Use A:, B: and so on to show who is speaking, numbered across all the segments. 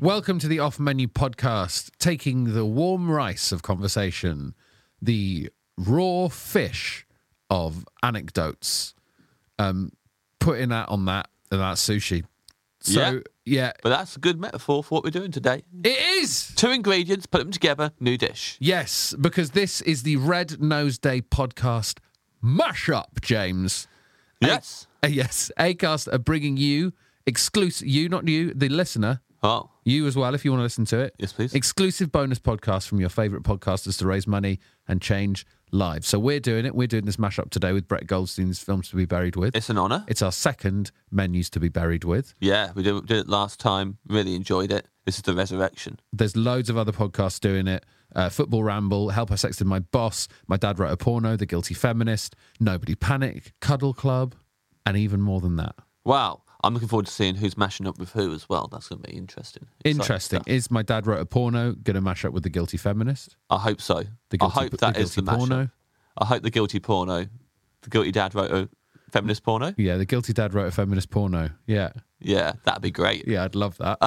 A: Welcome to the Off Menu Podcast, taking the warm rice of conversation, the raw fish of anecdotes, um, putting that on that and that sushi. So yeah,
B: But that's a good metaphor for what we're doing today.
A: it is.
B: Two ingredients, put them together, new dish.
A: Yes, because this is the Red Nose Day podcast mashup, James.
B: Yes.
A: Uh, yes, Acast are bringing you exclusive. You, not you, the listener.
B: Oh,
A: You as well, if you want to listen to it.
B: Yes, please.
A: Exclusive bonus podcast from your favourite podcasters to raise money and change lives. So we're doing it. We're doing this mashup today with Brett Goldstein's Films to be Buried with.
B: it's an honour.
A: It's our second menus to be buried with.
B: Yeah, we did, did it last time. Really enjoyed it. This is the resurrection.
A: There's loads of other podcasts doing it. Uh, Football Ramble, Help I Sexted My Boss, My Dad Wrote a Porno, The Guilty Feminist, Nobody Panic, Cuddle Club, and even more than that.
B: Wow. I'm looking forward to seeing who's mashing up with who as well. That's going to be interesting. Exciting
A: Interesting.
B: stuff.
A: Is My Dad Wrote a Porno going to mash up with The Guilty Feminist?
B: I hope so.
A: The
B: I hope that is the,
A: Guilty
B: mashup. I hope the guilty porno, the guilty dad wrote a feminist porno.
A: Yeah, The Guilty Dad Wrote a Feminist Porno. Yeah.
B: Yeah, that'd be great.
A: Yeah, I'd love that.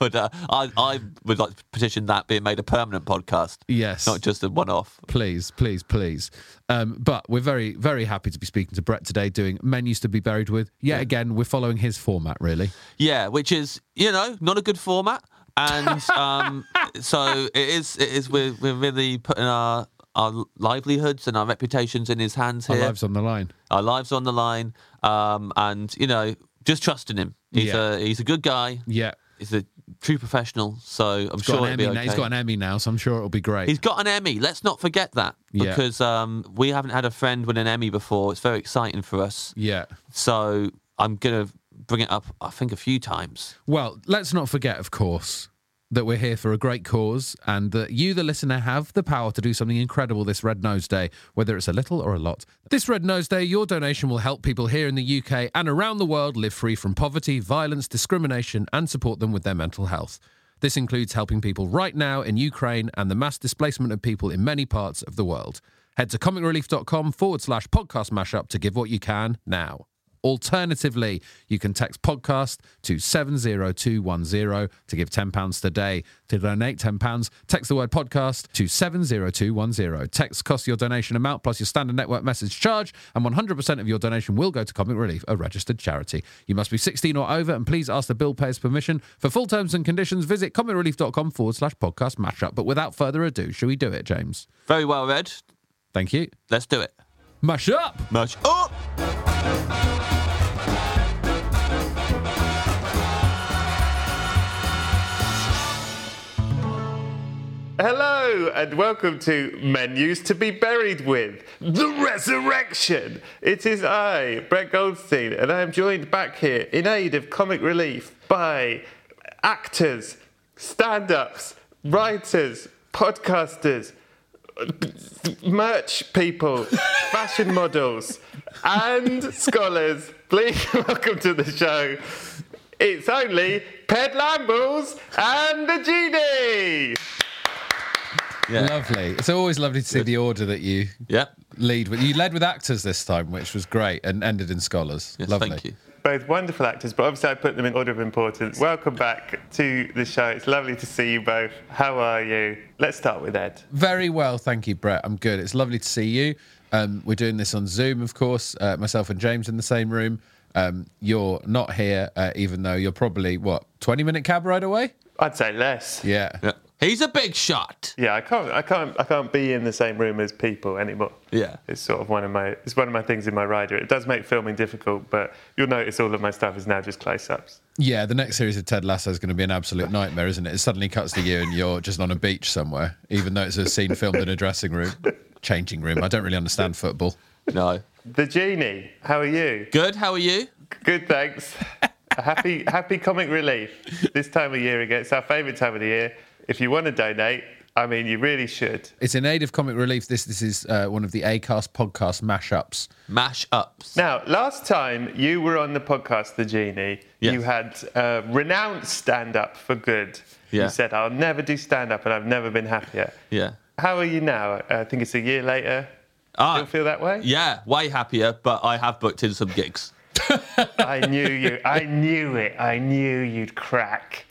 B: but uh, I, I would like to petition that being made a permanent podcast,
A: Yes.
B: not just a one-off.
A: please, please, please. Um, but we're very, very happy to be speaking to Brett today, doing menus to be buried with. Yet again, we're following his format, really.
B: Yeah, which is you know not a good format, and um, so it is. It is we're we're really putting our our livelihoods and our reputations in his hands
A: Our
B: here.
A: lives on the line.
B: Our lives on the line, um, and you know just trusting him. He's
A: Yeah.
B: a he's a good guy.
A: Yeah.
B: He's a true professional. So I'm
A: Got
B: sure
A: an
B: it'll
A: Emmy
B: be
A: now.
B: okay.
A: He's got an Emmy now, so I'm sure it'll be great.
B: He's got an Emmy. Let's not forget that
A: Yeah.
B: because um, we haven't had a friend win an Emmy before. It's very exciting for us.
A: yeah.
B: So I'm gonna bring it up. I think a few times.
A: Well, let's not forget, of course, that we're here for a great cause and that you, the listener, have the power to do something incredible this Red Nose Day, whether it's a little or a lot. This Red Nose Day, your donation will help people here in the UK and around the world live free from poverty, violence, discrimination, and support them with their mental health. This includes helping people right now in Ukraine and the mass displacement of people in many parts of the world. Head to comicrelief.com forward slash podcast mashup to give what you can now. Alternatively, you can text podcast to 70210 to give £10 today. To donate £10, text the word podcast to 70210. Text costs your donation amount plus your standard network message charge, and 100% of your donation will go to Comic Relief, a registered charity. You must be 16 or over, and please ask the bill payer's permission. For full terms and conditions, visit comicrelief.com forward slash podcast mashup. But without further ado, shall we do it, James?
B: Very well read.
A: Thank you.
B: Let's do it.
A: Mash up!
B: Much
C: Oh!
B: up.
C: Hello, and welcome to Menus to Be Buried With The Resurrection. It is I, Brett Goldstein, and I am joined back here in aid of comic relief by actors, stand ups, writers, podcasters, merch people, fashion models, and scholars. Please welcome to the show. It's only Ped Lambles and the Genie.
B: Yeah.
A: Lovely. It's always lovely to see the order that you
B: Yep.
A: lead with. You led with actors this time, which was great, and ended in scholars.
B: Yes,
A: lovely.
B: thank you.
C: both wonderful actors, but obviously I put them in order of importance. Welcome back to the show. It's lovely to see you both. How are you? Let's start with Ed.
A: Very well, thank you, Brett. I'm good. It's lovely to see you. Um, we're doing this on Zoom, of course. Uh, myself and James in the same room. Um, you're not here, uh, even though you're probably what 20 minute cab ride away.
C: I'd say less. Yeah.
A: Yeah.
B: Yeah. He's a big shot.
C: I can't. I can't. I can't be in the same room as people anymore.
B: Yeah.
C: It's sort of one of my. It's one of my things in my rider. It does make filming difficult, but you'll notice all of my stuff is now just close-ups.
A: Yeah, the next series of Ted Lasso is going to be an absolute nightmare, isn't it? It suddenly cuts to you and you're just on a beach somewhere, even though it's a scene filmed in a dressing room, changing room. I don't really understand football.
B: No.
C: The genie. How are you?
B: Good. How are you?
C: Good, thanks. A happy, happy comic relief this time of year again. It's our favourite time of the year. If you want to donate, I mean, you really should.
A: It's in aid of comic relief. This this is uh, one of the Acast podcast mashups.
B: Mash ups.
C: Now, last time you were on the podcast, The Genie,
B: Yes.
C: you had uh, renounced stand up for good.
B: Yeah.
C: You said, I'll never do stand up and I've never been happier.
B: Yeah.
C: How are you now? Uh, I think it's a year later.
B: Ah.
C: Still feel that way?
B: Yeah. Way happier, but I have booked in some gigs.
C: I knew you. I knew it. I knew you'd crack.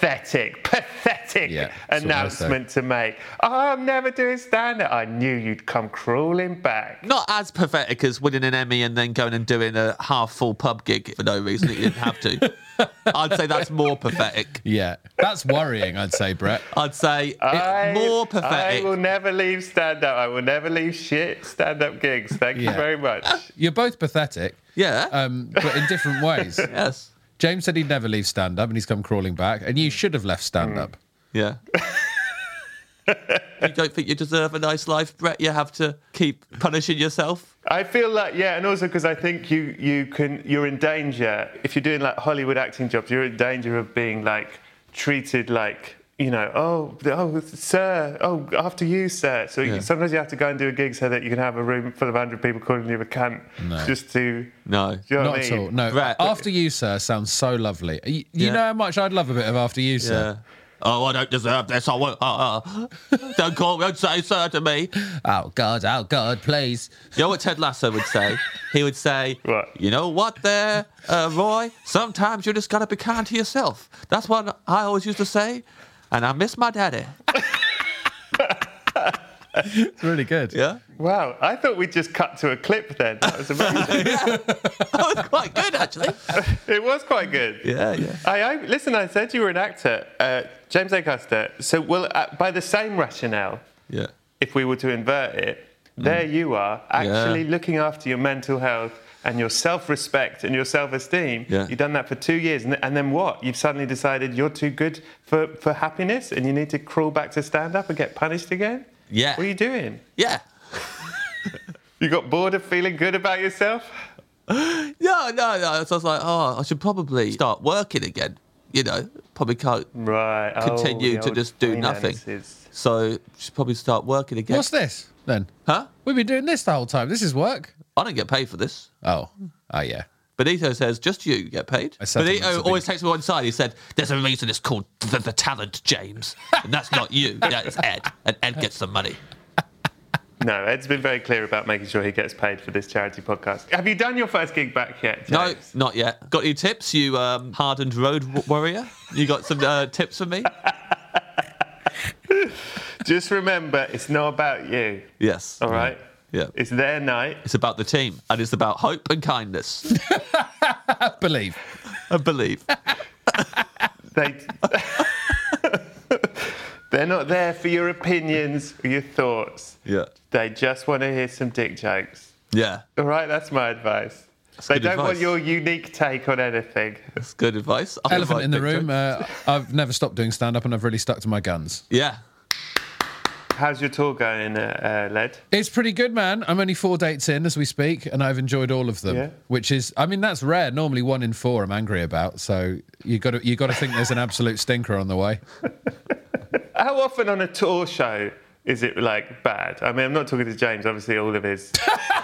C: Pathetic, pathetic
A: Yeah, that's what I say.
C: announcement to make. Oh, I'm never doing stand up. I knew you'd come crawling back.
B: Not as pathetic as winning an Emmy and then going and doing a half full pub gig for no reason that you didn't have to. I'd say that's more pathetic.
A: Yeah, that's worrying, I'd say, Brett.
B: I'd say it's
C: I-
B: more
C: I
B: pathetic.
C: will never leave stand up. I will never leave shit stand up gigs. Thank
A: Yeah.
C: you very much.
A: You're both pathetic,
B: Yeah.
A: um, but in different ways.
B: yes.
A: James said he'd never leave stand up and he's come crawling back, and you should have left stand up.
B: Yeah. you don't think you deserve a nice life, Brett? You have to keep punishing yourself.
C: I feel like yeah, and also because I think you you can you're in danger if you're doing like Hollywood acting jobs. You're in danger of being like treated like you know oh oh sir oh after you sir. So
B: Yeah.
C: you, sometimes you have to go and do a gig so that you can have a room full of hundred people calling you a cunt just to.
B: No.
C: Do you know
A: Not
C: what I
A: at
C: mean?
A: all. No.
B: Brett.
A: After you, sir, sounds so lovely. You, you
B: Yeah.
A: know how much I'd love a bit of after you, sir.
B: Yeah. Oh, I don't deserve this. I won't. Uh, uh. Don't call. Don't say sir to me.
A: Oh God, oh God, please.
B: You know what Ted Lasso would say? He would say,
C: What?
B: You know what, there, uh, Roy? Sometimes you just gotta be kind to yourself. That's what I always used to say, and I miss my daddy.
A: It's really good.
B: Yeah,
C: Wow, I thought we'd just cut to a clip then. That was amazing.
B: that was Oh, quite good actually.
C: it was quite good.
B: Yeah, yeah.
C: I, I listen. I said you were an actor, uh, James Acaster. So, well, uh, by the same rationale,
B: Yeah.
C: if we were to invert it,
B: Mm.
C: there you are, actually looking after your mental health and your self-respect and your self-esteem.
B: Yeah.
C: You've done that for two years, and, and then what? You've suddenly decided you're too good for, for happiness, and you need to crawl back to stand up and get punished again.
B: Yeah.
C: What are you doing?
B: Yeah.
C: You got bored of feeling good about yourself?
B: No, no, no. So I was like, oh, I should probably start working again. You know, probably can't.
C: Right. oh,
B: Continue
C: the
B: to
C: old
B: just do nothing.
C: finances.
B: So should probably start working again.
A: What's this then?
B: huh?
A: We've been doing this the whole time. This is work.
B: I don't get paid for this.
A: Oh, oh yeah.
B: Benito says, just you get paid.
A: I settled
B: Benito
A: this a bit.
B: always takes me one side. He said, there's a reason it's called the, the talent, James. And that's not you, that's Ed. And Ed gets the money.
C: No, Ed's been very clear about making sure he gets paid for this charity podcast. Have you done your first gig back yet?
B: No,
C: James?
B: not yet. Got any tips, you um, hardened road w- warrior? You got some uh, tips for me?
C: Just remember, it's not about you.
B: Yes.
C: All right.
B: Yeah.
C: It's their night.
B: It's about the team, and it's about hope and kindness
A: Believe.
B: and believe.
C: They. They're not there for your opinions or your thoughts.
B: Yeah.
C: They just want to hear some dick jokes.
B: Yeah.
C: All right, that's my advice. they
B: good
C: don't want
B: advice.
C: your unique take on anything.
B: That's good advice. I think
A: Elephant
B: I
A: in the
B: picked
A: room.
B: it.
A: Uh, I've never stopped doing stand up, and I've really stuck to my guns.
B: Yeah.
C: How's your tour going, uh, uh, Led?
A: It's pretty good, man. I'm only four dates in as we speak, and I've enjoyed all of them.
C: Yeah.
A: Which is, I mean, that's rare. Normally, one in four I'm angry about. So you got to you got to think there's an absolute stinker on the way.
C: How often on a tour show is it like bad? I mean, I'm not talking to James, obviously all of his,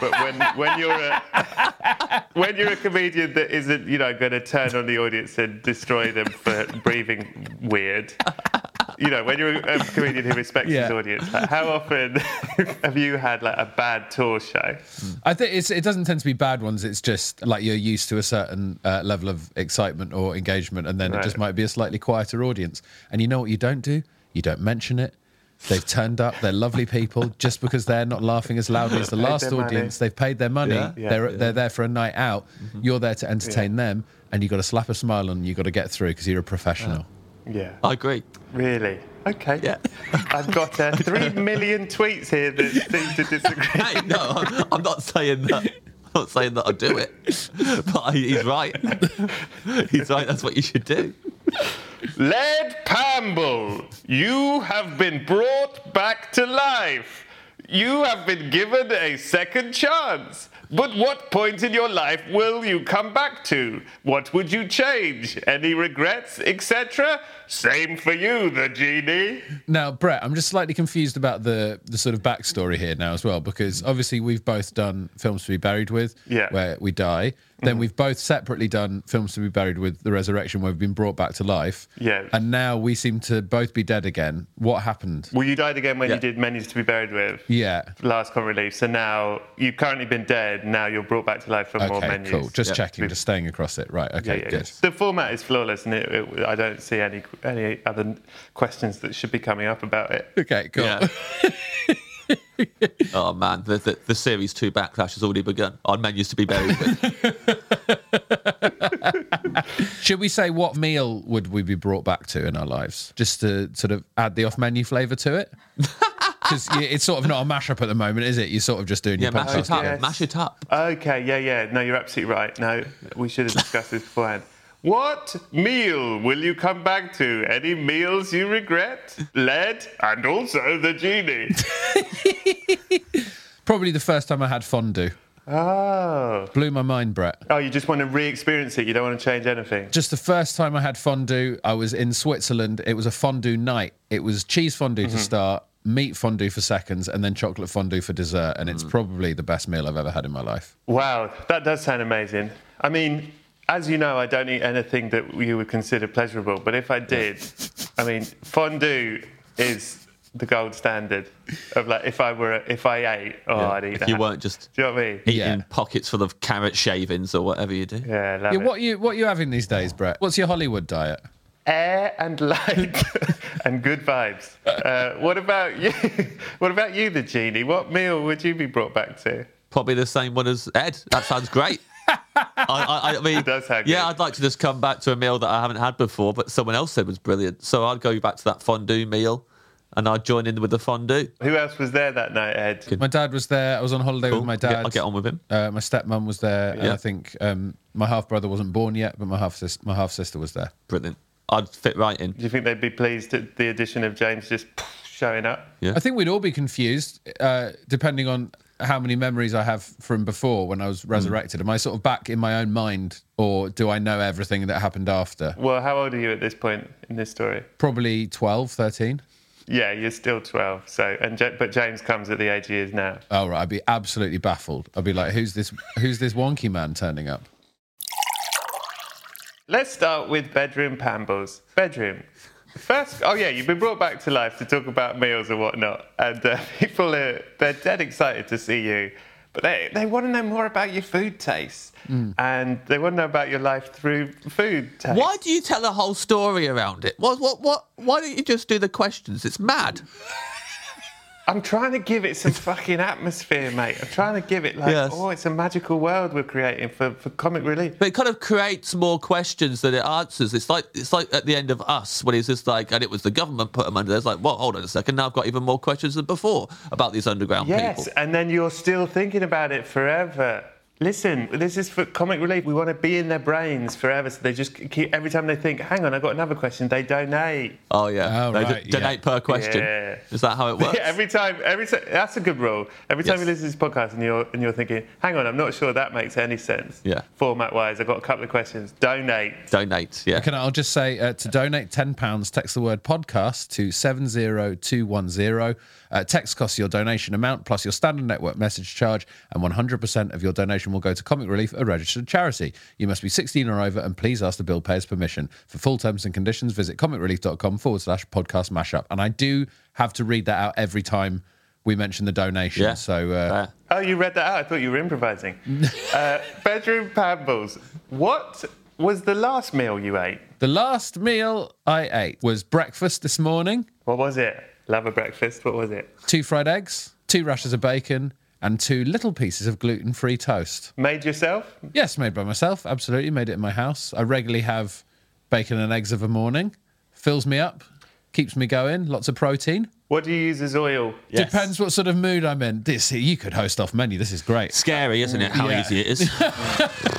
C: but when when you're a when you're a comedian that isn't you know going to turn on the audience and destroy them for breathing weird. You know, when you're a comedian who respects his
A: Yeah.
C: audience, like, how often have you had like a bad tour show?
A: I think it's, it doesn't tend to be bad ones. It's just like you're used to a certain uh, level of excitement or engagement, and then it
C: Right.
A: just might be a slightly quieter audience. And you know what you don't do? You don't mention it. They've turned up. They're lovely people. Just because they're not laughing as loudly as the last
C: their money.
A: audience, they've paid their money.
B: Yeah,
C: yeah,
A: they're
C: yeah. Mm-hmm.
A: they're there for a night out. You're there to entertain them, and you've got to slap a smile on. You've got to get through because you're a professional.
C: Yeah.
B: I agree.
C: Really? Okay.
B: Yeah.
C: I've got uh, three million tweets here that seem to disagree.
B: Hey, no, I'm, I'm not saying that. I'm not saying that I do it, but I, he's right. He's right. That's what you should do.
C: Led Pamble, you have been brought back to life. You have been given a second chance. But what point in your life will you come back to? What would you change? Any regrets, etc.? Same for you, the genie.
A: Now, Brett, I'm just slightly confused about the the sort of backstory here now as well, because obviously we've both done films to be buried with,
C: Yeah. Mm-hmm.
A: where we die. Then we've both separately done films to be buried with the resurrection, where we've been brought back to life.
C: Yeah.
A: And now we seem to both be dead again. What happened?
C: Well, you died again when you
B: Yeah.
C: did Menus to be Buried with.
A: Yeah.
C: Last Con Relief. So now you've currently been dead. Now you're brought back to life for more
A: Okay.
C: menus.
A: Cool. Just
B: Yeah.
A: checking. Just staying across it. Right.
C: Yeah,
A: Okay.
C: yeah, yeah.
A: good.
C: The format is flawless, and it, it, I don't see any any other questions that should be coming up about it.
A: Okay. Cool.
B: Yeah. oh man, the, the the series two backlash has already begun. On menus to be buried with.
A: Should we say what meal would we be brought back to in our lives, just to sort of add the off-menu flavour to it? Because it's sort of not a mashup at the moment, is it? You're sort of just doing
B: Yeah,
A: your
B: mash
A: podcast.
B: it up.
C: yes.
B: Mash it up.
C: Okay, yeah, yeah. No, you're absolutely right. No, we should have discussed this beforehand. What meal will you come back to? Any meals you regret? Lead and also the genie.
A: Probably the first time I had fondue.
C: Oh,
A: Blew my mind, Brett.
C: oh, you just want to re-experience it. You don't want to change anything.
A: Just the first time I had fondue, I was in Switzerland. It was a fondue night. It was cheese fondue
B: Mm-hmm.
A: to start, meat fondue for seconds, and then chocolate fondue for dessert. And
B: Mm.
A: it's probably the best meal I've ever had in my life.
C: Wow, that does sound amazing. I mean, as you know, I don't eat anything that you would consider pleasurable, but if I did, I mean, fondue is the gold standard of like if I were if I ate, oh, I'd eat
B: if
C: that.
B: you weren't just
C: Do you know what I mean?
B: eating
A: Yeah.
B: pockets full of carrot shavings or whatever you do.
C: Yeah, love
A: Yeah,
C: it.
A: what you what you having these days, Brett? What's your Hollywood diet?
C: Air and light and good vibes. Uh, what about you? What about you, the genie? What meal would you be brought back to?
B: Probably the same one as Ed. That sounds great. I, I, I mean,
C: does sound
B: yeah,
C: good.
B: I'd like to just come back to a meal that I haven't had before, but someone else said was brilliant. So I'd go back to that fondue meal, and I'd join in with the fondue.
C: Who else was there that night, Ed?
A: My dad was there. I was on holiday
B: Cool.
A: with my
B: I'll get-
A: dad.
B: I'll get on with him.
A: Uh, my stepmom was there, and
B: Yeah.
A: I think um, my half brother wasn't born yet, but my half sister my half sister was there.
B: Brilliant. I'd fit right in.
C: Do you think they'd be pleased at the addition of James just showing up?
B: Yeah.
A: I think we'd all be confused, uh, depending on how many memories I have from before when I was
B: Hmm.
A: resurrected. Am I sort of back in my own mind, or do I know everything that happened after?
C: Well, how old are you at this point in this story?
A: Probably 12, 13.
C: Yeah, you're still 12. So, and Ja- but James comes at the age he is now.
A: Oh, right. I'd be absolutely baffled. I'd be like, who's this, who's this wonky man turning up?
C: Let's start with bedroom pambles. Bedroom. First, oh yeah, you've been brought back to life to talk about meals and whatnot, and uh, people are they're dead excited to see you, but they they want to know more about your food tastes, and they want to know about your life through food tastes.
B: Why do you tell a whole story around it? What, what, what? Why don't you just do the questions? It's mad.
C: I'm trying to give it some fucking atmosphere, mate. I'm trying to give it like,
B: Yes.
C: oh, it's a magical world we're creating for, for comic relief.
B: But it kind of creates more questions than it answers. It's like it's like at the end of Us when he's just like, and it was the government put him under. It's like, well, hold on a second. Now I've got even more questions than before about these underground
C: Yes,
B: people.
C: and then you're still thinking about it forever. Listen, this is for comic relief. We want to be in their brains forever, so they just keep every time they think, "Hang on, I've got another question." They donate.
B: Oh yeah,
A: Oh,
B: They
A: right,
B: d- donate
A: yeah.
B: per question.
C: Yeah.
B: Is that how it works?
C: Yeah, every time, every time. That's a good rule. Every time
B: Yes.
C: you listen to this podcast and you're and you're thinking, "Hang on, I'm not sure that makes any sense."
B: Yeah.
C: Format-wise, I've got a couple of questions. Donate.
B: donate. Yeah.
A: Can I, I'll just say uh, to donate ten pounds, text the word podcast to seven zero two one zero. Uh, text costs your donation amount plus your standard network message charge, and one hundred percent of your donation will go to Comic Relief, a registered charity. You must be sixteen or over, and please ask the bill payer's permission. For full terms and conditions, visit comicrelief.com forward slash podcast mashup. And I do have to read that out every time we mention the donation.
B: Yeah.
A: So uh,
B: Fair.
C: Oh, you read that out. I thought you were improvising. uh, bedroom pambles. What was the last meal you ate?
A: the last meal I ate was breakfast this morning.
C: What was it? Lava breakfast. What was it?
A: Two fried eggs, two rashers of bacon, and two little pieces of gluten free toast.
C: Made yourself?
A: Yes, made by myself, absolutely. Made it in my house. I regularly have bacon and eggs of a morning. Fills me up, keeps me going, lots of protein.
C: What do you use as oil?
D: Yes.
A: Depends what sort of mood I'm in. This you could host off menu. This is great.
D: Scary, isn't it? How
A: Yeah.
D: easy it is.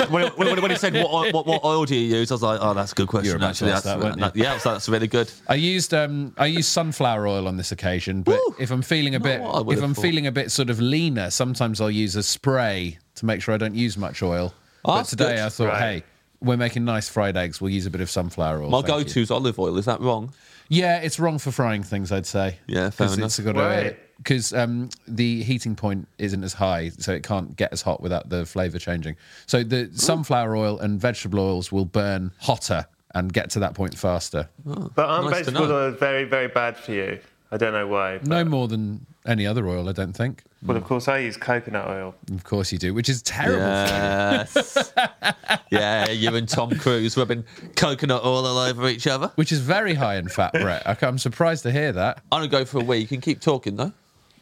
D: when, when, when he said, what, oil- what, what oil do you use? I was like, oh, that's a good question.
A: were about to
D: actually,
A: ask
D: that's,
A: that, weren't you?
D: that- yeah, so that's really good.
A: I used um I used sunflower oil on this occasion, but
D: Woo!
A: if I'm feeling a
D: Not
A: bit
D: what I would
A: if
D: have
A: I'm
D: thought.
A: feeling a bit sort of leaner, sometimes I'll use a spray to make sure I don't use much oil.
B: Oh,
A: but
B: that's
A: today
B: good.
A: I thought,
C: Right.
A: hey, we're making nice fried eggs. We'll use a bit of sunflower oil.
B: My
A: thank you.
B: go-to's olive oil. Is that wrong?
A: Yeah, it's wrong for frying things, I'd say.
B: Yeah, fair enough.
A: Because got
C: Right.
A: Because um, the heating point isn't as high, so it can't get as hot without the flavour changing. So the sunflower oil and vegetable oils will burn hotter and get to that point faster.
C: But aren't
B: Nice to
C: vegetable
B: know.
C: oil very, very bad for you? I don't know why. but-
A: No more than any other oil, I don't think.
C: Well, of course, I use coconut oil.
A: Of course you do, which is terrible.
B: Yes. yeah, you and Tom Cruise rubbing coconut oil all over each other.
A: Which is very high in fat, Brett. I ca- I'm surprised to hear that.
B: I'm gonna go for a wee. You can keep talking though.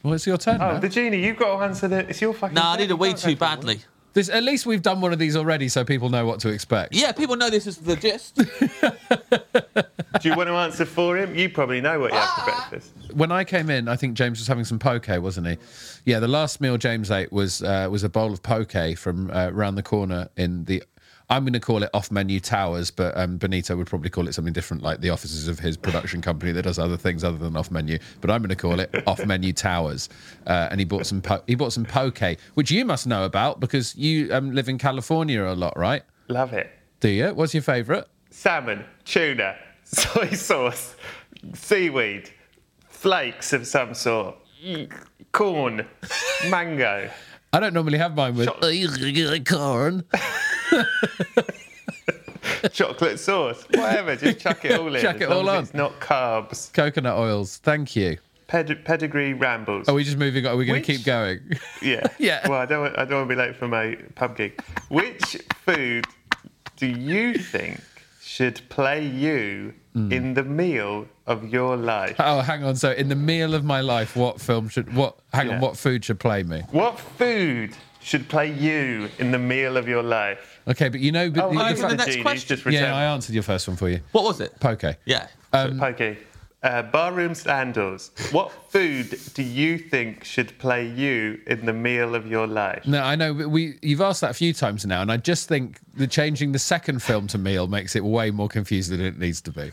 A: Well, it's your turn
C: Oh,
A: now.
C: the genie, you've got to answer that. It's your fucking.
B: No, I
C: turn.
B: need a
C: You
B: wee
C: can't
B: too
C: go for it.
B: badly.
A: This, at least we've done one of these already, so people know what to expect.
B: Yeah, people know this is the gist.
C: Do you want to answer for him? You probably know what you had for
B: Ah!
C: breakfast.
A: when I came in, I think James was having some poke, wasn't he? Yeah, the last meal James ate was uh, was a bowl of poke from uh, round the corner in the. I'm going to call it off menu towers, but um, Benito would probably call it something different, like the offices of his production company that does other things other than off menu. But I'm going to call it off menu towers. Uh, and he bought some po- he bought some poke, which you must know about because you um, live in California a lot, right?
C: Love it.
A: Do you? What's your favourite?
C: Salmon, tuna, soy sauce, seaweed, flakes of some sort, corn, mango.
A: I don't normally have mine with corn.
C: chocolate sauce, whatever. Just chuck it all in.
A: Chuck
C: as
A: it
C: long
A: all
C: as
A: on.
C: It's not carbs.
A: coconut oils. Thank you.
C: Ped- pedigree rambles.
A: Are we just moving on? Are we going
C: Which-
A: to keep going?
C: yeah.
A: yeah.
C: Well, I don't. Want, I don't want to be late for my pub gig. Which food do you think should play you
A: Hmm.
C: in the meal of your life?
A: oh, hang on. So, in the meal of my life, what film should what? Hang on,
C: Yeah.
A: what food should play me?
C: What food should play you in the meal of your life?
A: Okay, but you know, but
C: Oh,
A: the-
C: I
A: the
C: the,
A: fact-
B: next
C: genie's
B: question.
C: just
A: yeah, um, I
C: returned.
A: answered your first one for you.
B: What was it?
A: Poke.
B: Yeah.
C: Pokey. Uh, barroom standals. What food do you think should play you in the meal of your life?
A: No, I know. but We you've asked that a few times now, and I just think the changing the second film to meal makes it way more confusing than it needs to be.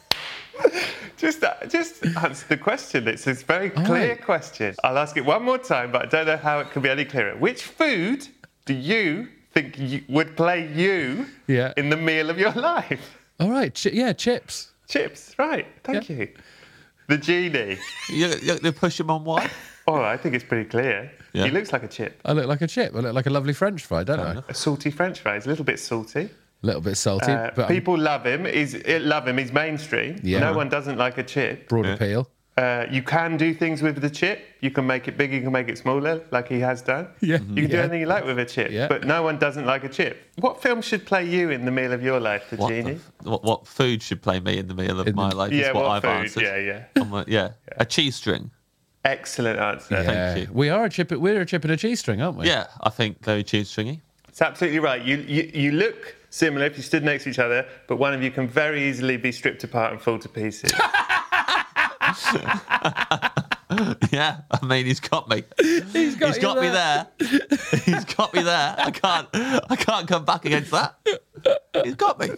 C: Just, uh, just answer the question. It's a very clear
A: right.
C: question. I'll ask it one more time, but I don't know how it can be any clearer. Which food do you think you, would play you
A: Yeah.
C: in the meal of your life?
A: All right, chi- yeah, chips.
C: Chips, right? Thank
A: Yeah.
C: you. The genie.
B: You, you, you push him on why?
C: Oh, I think it's pretty clear.
B: Yeah.
C: He looks like a chip.
A: I look like a chip. I look like a lovely French fry, don't I?
C: A salty French fries, a little bit salty.
A: A little bit salty,
C: Uh,
A: but I'm
C: people love him. He's eh, love him. He's mainstream.
A: Yeah.
C: No one doesn't like a chip.
A: broad appeal.
C: Uh, you can do things with the chip. You can make it bigger, you can make it smaller, like he has done.
A: Yeah.
C: You can do
A: Yeah.
C: anything you like with a chip,
A: Yeah.
C: but no one doesn't like a chip. What film should play you in the meal of your life, the
B: What, the
C: genie?
B: f- what, what food should play me in the meal of
A: In the-
B: my life
C: yeah,
B: is what,
C: what
B: I've
C: food?
B: answered.
C: Yeah, yeah.
B: I'm like, yeah. A cheese string.
C: Excellent answer.
A: Yeah,
B: you.
A: we are a chip. We're a chip and a cheese string, aren't we?
B: Yeah, I think very cheese stringy.
C: It's absolutely right. You, you you look similar if you stood next to each other, but one of you can very easily be stripped apart and fall to pieces.
B: Yeah, I mean he's got me.
A: He's got,
B: He's
A: you
B: got me
A: there.
B: there. He's got me there. I can't. I can't come back against that. He's got me.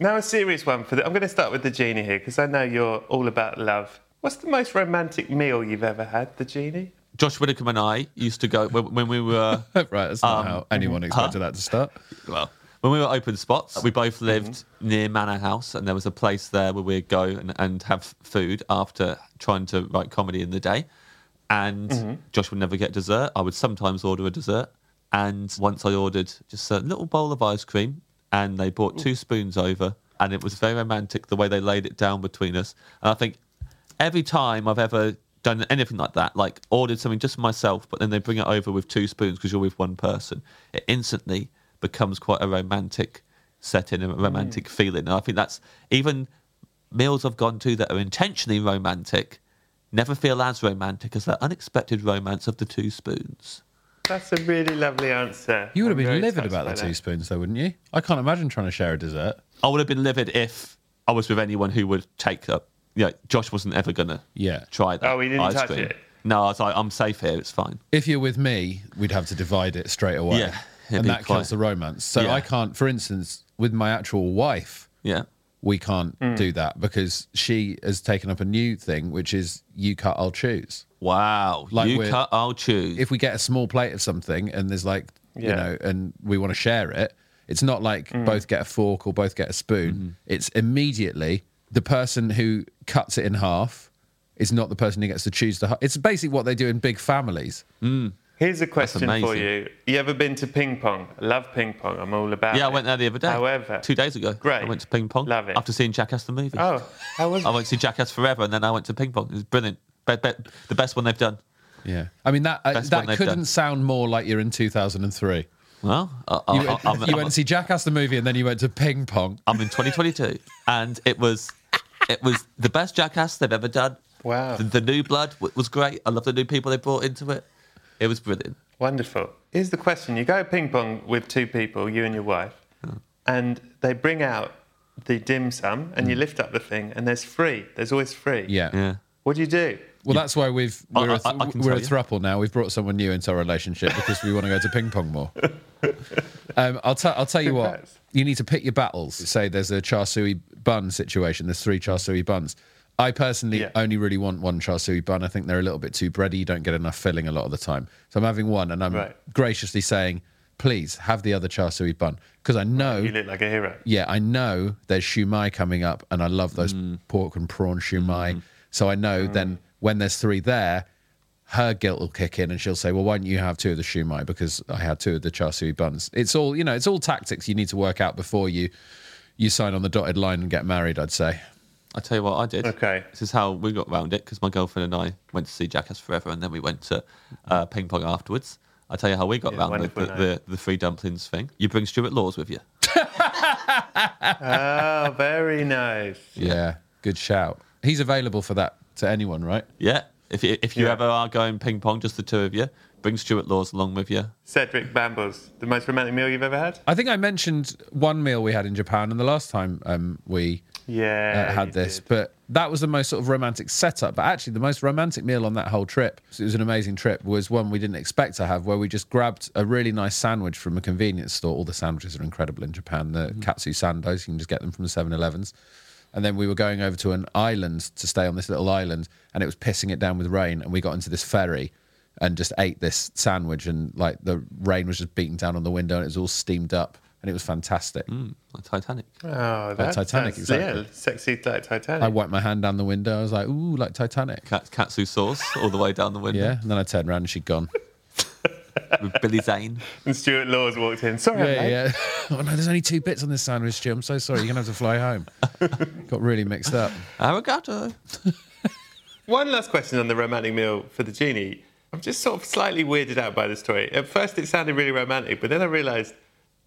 C: now a serious one for the, I'm going to start with the genie here because I know you're all about love. What's the most romantic meal you've ever had, the genie?
B: Josh Widdicombe and I used to go when, when we were
A: right, that's
C: Um,
A: not how anyone expected
C: uh-huh.
A: that to start.
B: well when we were open spots. We both lived near Manor House, and there was a place there where we'd go and, and have food after trying to write comedy in the day. And Josh would never get dessert. I would sometimes order a dessert. And once I ordered just a little bowl of ice cream, and they brought two spoons over, and it was very romantic the way they laid it down between us. And I think every time I've ever done anything like that, like ordered something just for myself, but then they bring it over with two spoons because you're with one person, it instantly becomes quite a romantic setting, a romantic feeling. And I think that's even meals I've gone to that are intentionally romantic never feel as romantic as that unexpected romance of the two spoons.
C: That's a really lovely answer.
A: You would have
C: I'm
A: been
C: very
A: livid
C: touched
A: about
C: by
A: the
C: that.
A: two spoons, though, wouldn't you? I can't imagine trying to share a dessert.
B: I would have been livid if I was with anyone who would take up. Yeah, Josh wasn't ever gonna
A: Yeah.
B: try that.
C: Oh, he didn't
B: ice
C: touch
B: cream.
C: it?
B: No, I was like, I'm safe here. It's fine.
A: If you're with me, we'd have to divide it straight away.
B: Yeah, it'd
A: and
B: be
A: that
B: quite-
A: kills the romance. So
B: Yeah.
A: I can't, for instance, with my actual wife,
B: Yeah,
A: we can't
B: Mm.
A: do that because she has taken up a new thing, which is you cut, I'll choose.
B: wow.
A: Like
B: you
A: we're-
B: cut, I'll choose.
A: If we get a small plate of something and there's like, you
C: Yeah.
A: know, and we want to share it, it's not like
B: Mm.
A: both get a fork or both get a spoon. It's immediately the person who cuts it in half is not the person who gets to choose the. Half. It's basically what they do in big families.
C: Here's a question for
B: amazing.
C: you. You ever been to ping pong? I love ping pong. I'm all about
B: yeah, I
C: it.
B: went there the other day.
C: However,
B: two days ago.
C: Great.
B: I went to ping pong.
C: Love it.
B: After seeing Jackass the movie.
C: Oh, how was
B: I
C: it?
B: went to see Jackass Forever, and then I went to ping pong. It was brilliant. Be- be- the best one they've done.
A: Yeah, I mean that uh,
B: Best
A: that
B: one they've
A: couldn't
B: done.
A: sound more like you're in 2003.
B: Well, I, I,
A: You,
B: I, I'm,
A: you
B: I'm-
A: went to see Jackass the movie and then you went to ping pong.
B: I'm in 2022, and it was it was the best Jackass they've ever done.
C: Wow.
B: The, the new blood w- was great. I love the new people they brought into it. It was brilliant.
C: Wonderful. Here's the question. You go ping pong with two people, you and your wife, and they bring out the dim sum and you lift up the thing and there's three. There's always three.
A: Yeah.
B: Yeah.
C: What do you do?
A: Well, that's why we've
B: I-
A: we're a
B: I-
A: th-
B: I can
A: we're a
B: tell you.
A: throuple now. We've brought someone new into our relationship because we want to go to ping pong more. Um, I'll tell I'll tell you what.
C: Congrats.
A: You need to pick your battles. Say there's a char siu bun situation. There's three char siu buns. I personally
C: Yeah.
A: only really want one char siu bun. I think they're a little bit too bready. You don't get enough filling a lot of the time. So I'm having one, and I'm
C: Right.
A: graciously saying, please have the other char siu bun because I know
C: You look like a hero.
A: yeah, I know there's shumai coming up, and I love those pork and prawn shumai. So I know then when there's three there, her guilt will kick in, and she'll say, "Well, why don't you have two of the shumai because I had two of the char siu buns?" It's all you know. It's all tactics you need to work out before you you sign on the dotted line and get married. I'd say.
B: I tell you what I did.
C: Okay.
B: This is how we got round it because my girlfriend and I went to see Jackass Forever, and then we went to uh, ping pong afterwards. I tell you how we got
C: Yeah,
B: round the,
C: wonderful
B: the,
C: night.
B: the the free dumplings thing. You bring Stuart Laws with you.
C: Oh, very nice.
A: Yeah. good shout. He's available for that to anyone, right?
B: Yeah. If you, if you
C: Yeah.
B: ever are going ping pong, just the two of you, bring Stuart Laws along with you.
C: Cedric Bambles, the most romantic meal you've ever had?
A: I think I mentioned one meal we had in Japan, and the last time um, we
C: Yeah.
A: uh,
C: you
A: had this,
C: did.
A: but that was the most sort of romantic setup. But actually, the most romantic meal on that whole trip, so it was an amazing trip, was one we didn't expect to have, where we just grabbed a really nice sandwich from a convenience store. All the sandwiches are incredible in Japan. The katsu sandos, you can just get them from the 7 Elevens. And then we were going over to an island to stay on this little island, and it was pissing it down with rain. And we got into this ferry and just ate this sandwich, and like the rain was just beating down on the window, and it was all steamed up, and it was fantastic.
B: Like Titanic.
C: Oh, that
A: Titanic,
C: sounds-
A: exactly.
C: Yeah, sexy like Titanic.
A: I wiped my hand down the window. I was like, "Ooh, like Titanic."
B: Kat, katsu sauce all the way down the window
A: Yeah, and then I turned around and she'd gone.
B: with Billy Zane.
C: and Stuart Laws walked in. Sorry, I'm
A: Yeah,
C: late.
A: yeah. oh no, there's only two bits on this sandwich, Stu. I'm so sorry. You're gonna have to fly home. Got really mixed up.
B: Arigato.
C: One last question on the romantic meal for the genie. I'm just sort of slightly weirded out by this story. At first, it sounded really romantic, but then I realised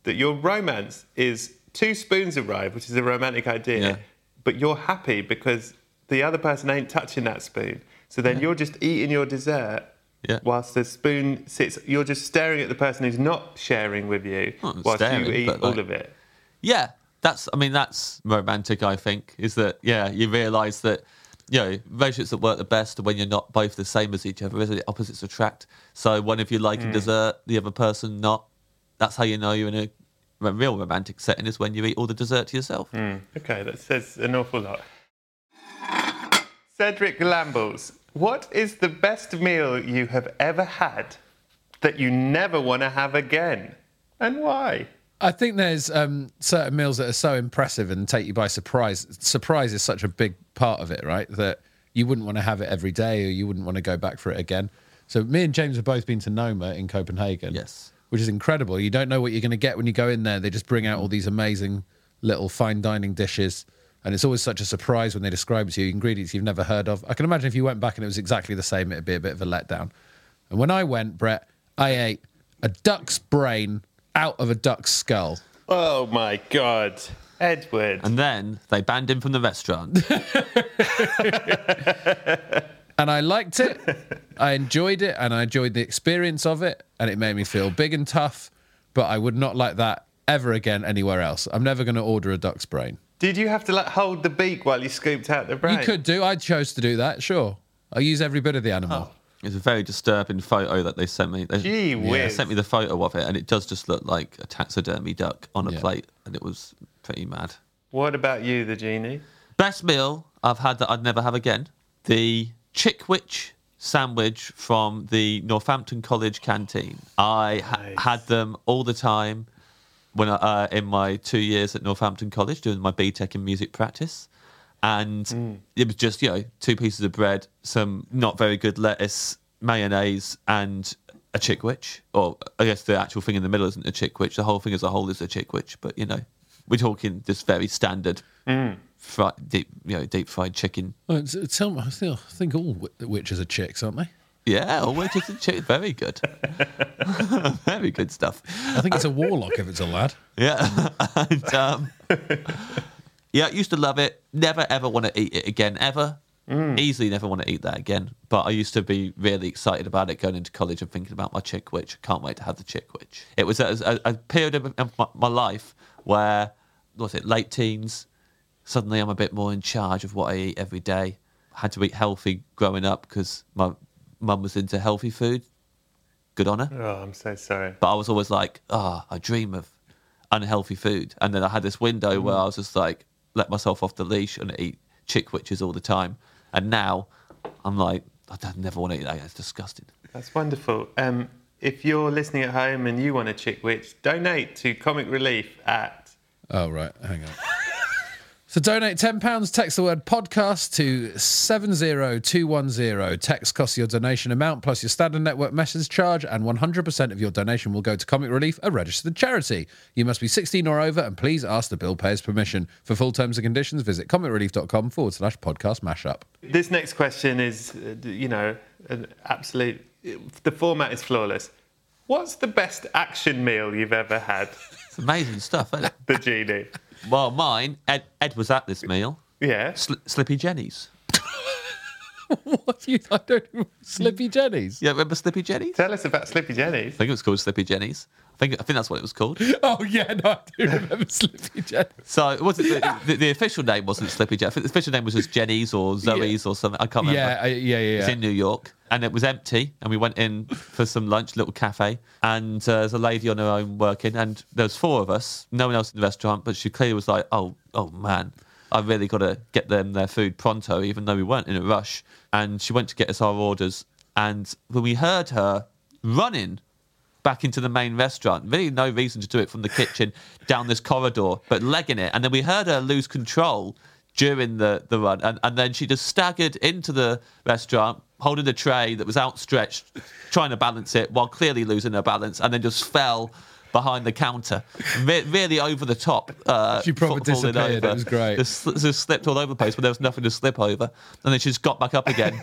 C: that your romance is two spoons arrive, which is a romantic idea,
B: Yeah.
C: but you're happy because the other person ain't touching that spoon. So then you're just eating your dessert.
B: Yeah.
C: Whilst the spoon sits, you're just staring at the person who's not sharing with you,
B: Not
C: whilst you
B: staring,
C: eat
B: but, like-
C: all of it.
B: Yeah, that's. I mean, that's romantic. I think is that. Yeah, you realise that. You know, relationships that work the best are when you're not both the same as each other, isn't it? Opposites attract. So one of you liking
C: Mm.
B: dessert, the other person not. That's how you know you're in a, a real romantic setting is when you eat all the dessert to yourself.
C: Okay, that says an awful lot. Cedric Lambles, what is the best meal you have ever had that you never want to have again? And why?
A: I think there's um, certain meals that are so impressive and take you by surprise. Surprise is such a big part of it, right? That you wouldn't want to have it every day, or you wouldn't want to go back for it again. So me and James have both been to Noma in Copenhagen.
B: Yes.
A: which is incredible. You don't know what you're going to get when you go in there. They just bring out all these amazing little fine dining dishes. And it's always such a surprise when they describe to you ingredients you've never heard of. I can imagine if you went back and it was exactly the same, it'd be a bit of a letdown. And when I went, Brett, I ate a duck's brain out of a duck's skull.
C: Oh my God, Edward.
B: And then they banned him from the restaurant.
A: and I liked it. I enjoyed it, and I enjoyed the experience of it, and it made me feel big and tough. But I would not like that ever again anywhere else. I'm never going to order a duck's brain.
C: Did you have to like hold the beak while you scooped out the brain?
A: You could do. I chose to do that. Sure, I use every bit of the animal.
B: It's a very disturbing photo that they sent me. They,
C: Gee
B: They
C: whiz.
B: sent me the photo of it, and it does just look like a taxidermy duck on a plate, and it was pretty mad.
C: What about you, the genie?
B: Best meal I've had that I'd never have again: the Chickwich sandwich from the Northampton College canteen. I ha- had them all the time when I, uh, in my two years at Northampton College doing my BTEC in music practice, and it was just you know two pieces of bread, some not very good lettuce, mayonnaise, and a chickwich. Or I guess the actual thing in the middle isn't a chickwich. The whole thing as a whole is a chickwich, but you know we're talking this very standard. Fried, deep, you know, deep fried chicken.
A: Well, Oh, it's- it's- tell me, I think- I think all wi- witches are chicks, aren't they?
B: Yeah, or wedges and chicken. Very good. very good stuff.
A: I think it's a warlock if it's a lad.
B: Yeah. and, um, yeah, I used to love it. Never ever want to eat it again, ever. Easily never want to eat that again. But I used to be really excited about it going into college and thinking about my chick witch. Can't wait to have the chick witch. It was a, a, a period of, of my, my life where, what was it, late teens, suddenly I'm a bit more in charge of what I eat every day. had to eat healthy growing up because my mum was into healthy food. Good on her
C: Oh, I'm so sorry.
B: but I was always like, ah, I dream of unhealthy food. And then I had this window where I was just like, let myself off the leash and eat chickwitches all the time. And now I'm like, I don't- never want to eat that. It's disgusting.
C: That's wonderful. Um, if you're listening at home and you want a chick witch, donate to Comic Relief at.
A: Oh, right. Hang on. So donate £10, text the word podcast to 70210. Text costs your donation amount plus your standard network message charge, and 100% of your donation will go to Comic Relief, a registered charity. You must be 16 or over, and please ask the bill payer's permission. For full terms and conditions, visit comicrelief.com forward slash podcast mashup.
C: This next question is, uh, d- you know, an absolute. The format is flawless. What's the best action meal you've ever had,
B: It's amazing stuff, isn't it?
C: the genie?
B: well, mine, Ed, Ed was at this meal,
C: Yeah.
B: Sli Slippy Jenny's.
A: What? You, I don't Slippy Jenny's?
B: Yeah, remember Slippy Jenny's? I
C: Tell us about Slippy Jenny's.
B: think it was called Slippy Jenny's. I think, I think that's what it was called.
A: Oh, yeah, no, I do remember Slippy Jenny's.
B: So it wasn't the, the, the official name wasn't Slippy Jenny. I think the official name was just Jenny's or Zoe's or something. I can't remember.
A: Yeah, I- yeah, yeah,
B: It's
A: yeah.
B: in New York, and it was empty. And we went in for some lunch, little cafe, and uh, there's a lady on her own working, and there's four of us, no one else in the restaurant, but she clearly was like, "Oh, oh man, I really got to get them their food pronto," even though we weren't in a rush. And she went to get us our orders, and when we heard her running back into the main restaurant. Really, no reason to do it from the kitchen down this corridor, but legging it. And then we heard her lose control during the, the run. And, and then she just staggered into the restaurant, holding the tray that was outstretched, trying to balance it while clearly losing her balance, and then just fell behind the counter. Re- really over the top. Uh,
A: She proper
B: fa- falling
A: disappeared. It
B: over.
A: was great.
B: Just sl- just slipped all over the place, but there was nothing to slip over. And then she just got back up again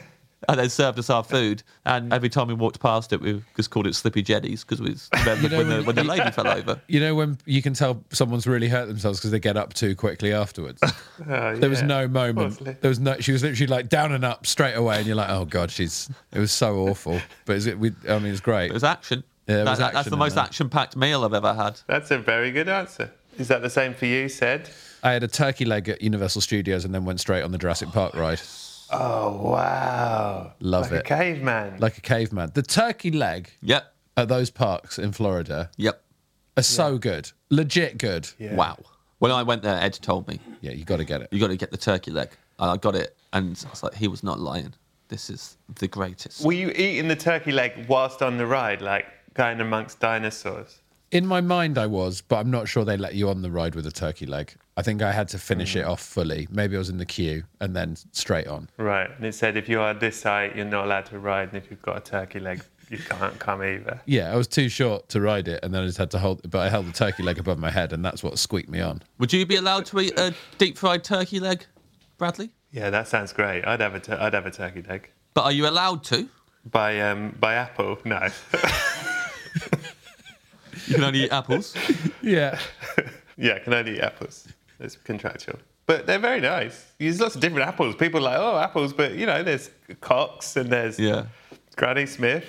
B: and then served us our food. And every time we walked past it, we just called it Slippy Jenny's because we remembered
A: know
B: when, the,
A: when-
B: when the lady fell over.
A: You know when you can tell someone's really hurt themselves because they get up too quickly afterwards.
C: Oh,
A: There was
C: yeah.
A: no moment.
C: Honestly.
A: There was no. She was literally like down and up straight away, and you're like, oh god, she's. It was so awful, but it's, we, I mean, it's great.
B: It was action.
A: Yeah, it was
B: That- that- that's
A: action uh,
B: the
A: in
B: most
A: there.
B: action packed meal I've ever had.
C: That's a very good answer. Is that the same for you, said?
A: I had a turkey leg at Universal Studios, and then went straight on the Jurassic Park ride,
C: Oh, wow.
A: Love
C: like
A: it.
C: a caveman.
A: like a caveman. The turkey leg
B: Yep.
A: at those parks in Florida
B: Yep.
A: are so good, legit good.
C: Yeah.
B: Wow. When I went there, Ed told me,
A: Yeah, you got to get it.
B: you got to get the turkey leg. And I got it. And I was like, he was not lying. This is the greatest.
C: Were you eating the turkey leg whilst on the ride, like going amongst dinosaurs?
A: In my mind, I was, but I'm not sure they let you on the ride with a turkey leg. I think I had to finish it off fully. Maybe I was in the queue and then straight on.
C: Right. And it said if you are this height, you're not allowed to ride, and if you've got a turkey leg, you can't come either.
A: Yeah, I was too short to ride it, and then I just had to hold. But I held the turkey leg above my head, and that's what squeaked me on.
B: Would you be allowed to eat a deep fried turkey leg, Bradley?
C: Yeah, that sounds great. I'd have a, tur- I'd have a turkey leg.
B: But are you allowed to?
C: By, um, by Apple? No.
B: You can only eat apples.
A: Yeah,
C: yeah, can only eat apples. It's contractual. But they're very nice. There's lots of different apples. People are like, oh, apples, but you know, there's Cox and there's
B: Yeah.
C: Granny Smith,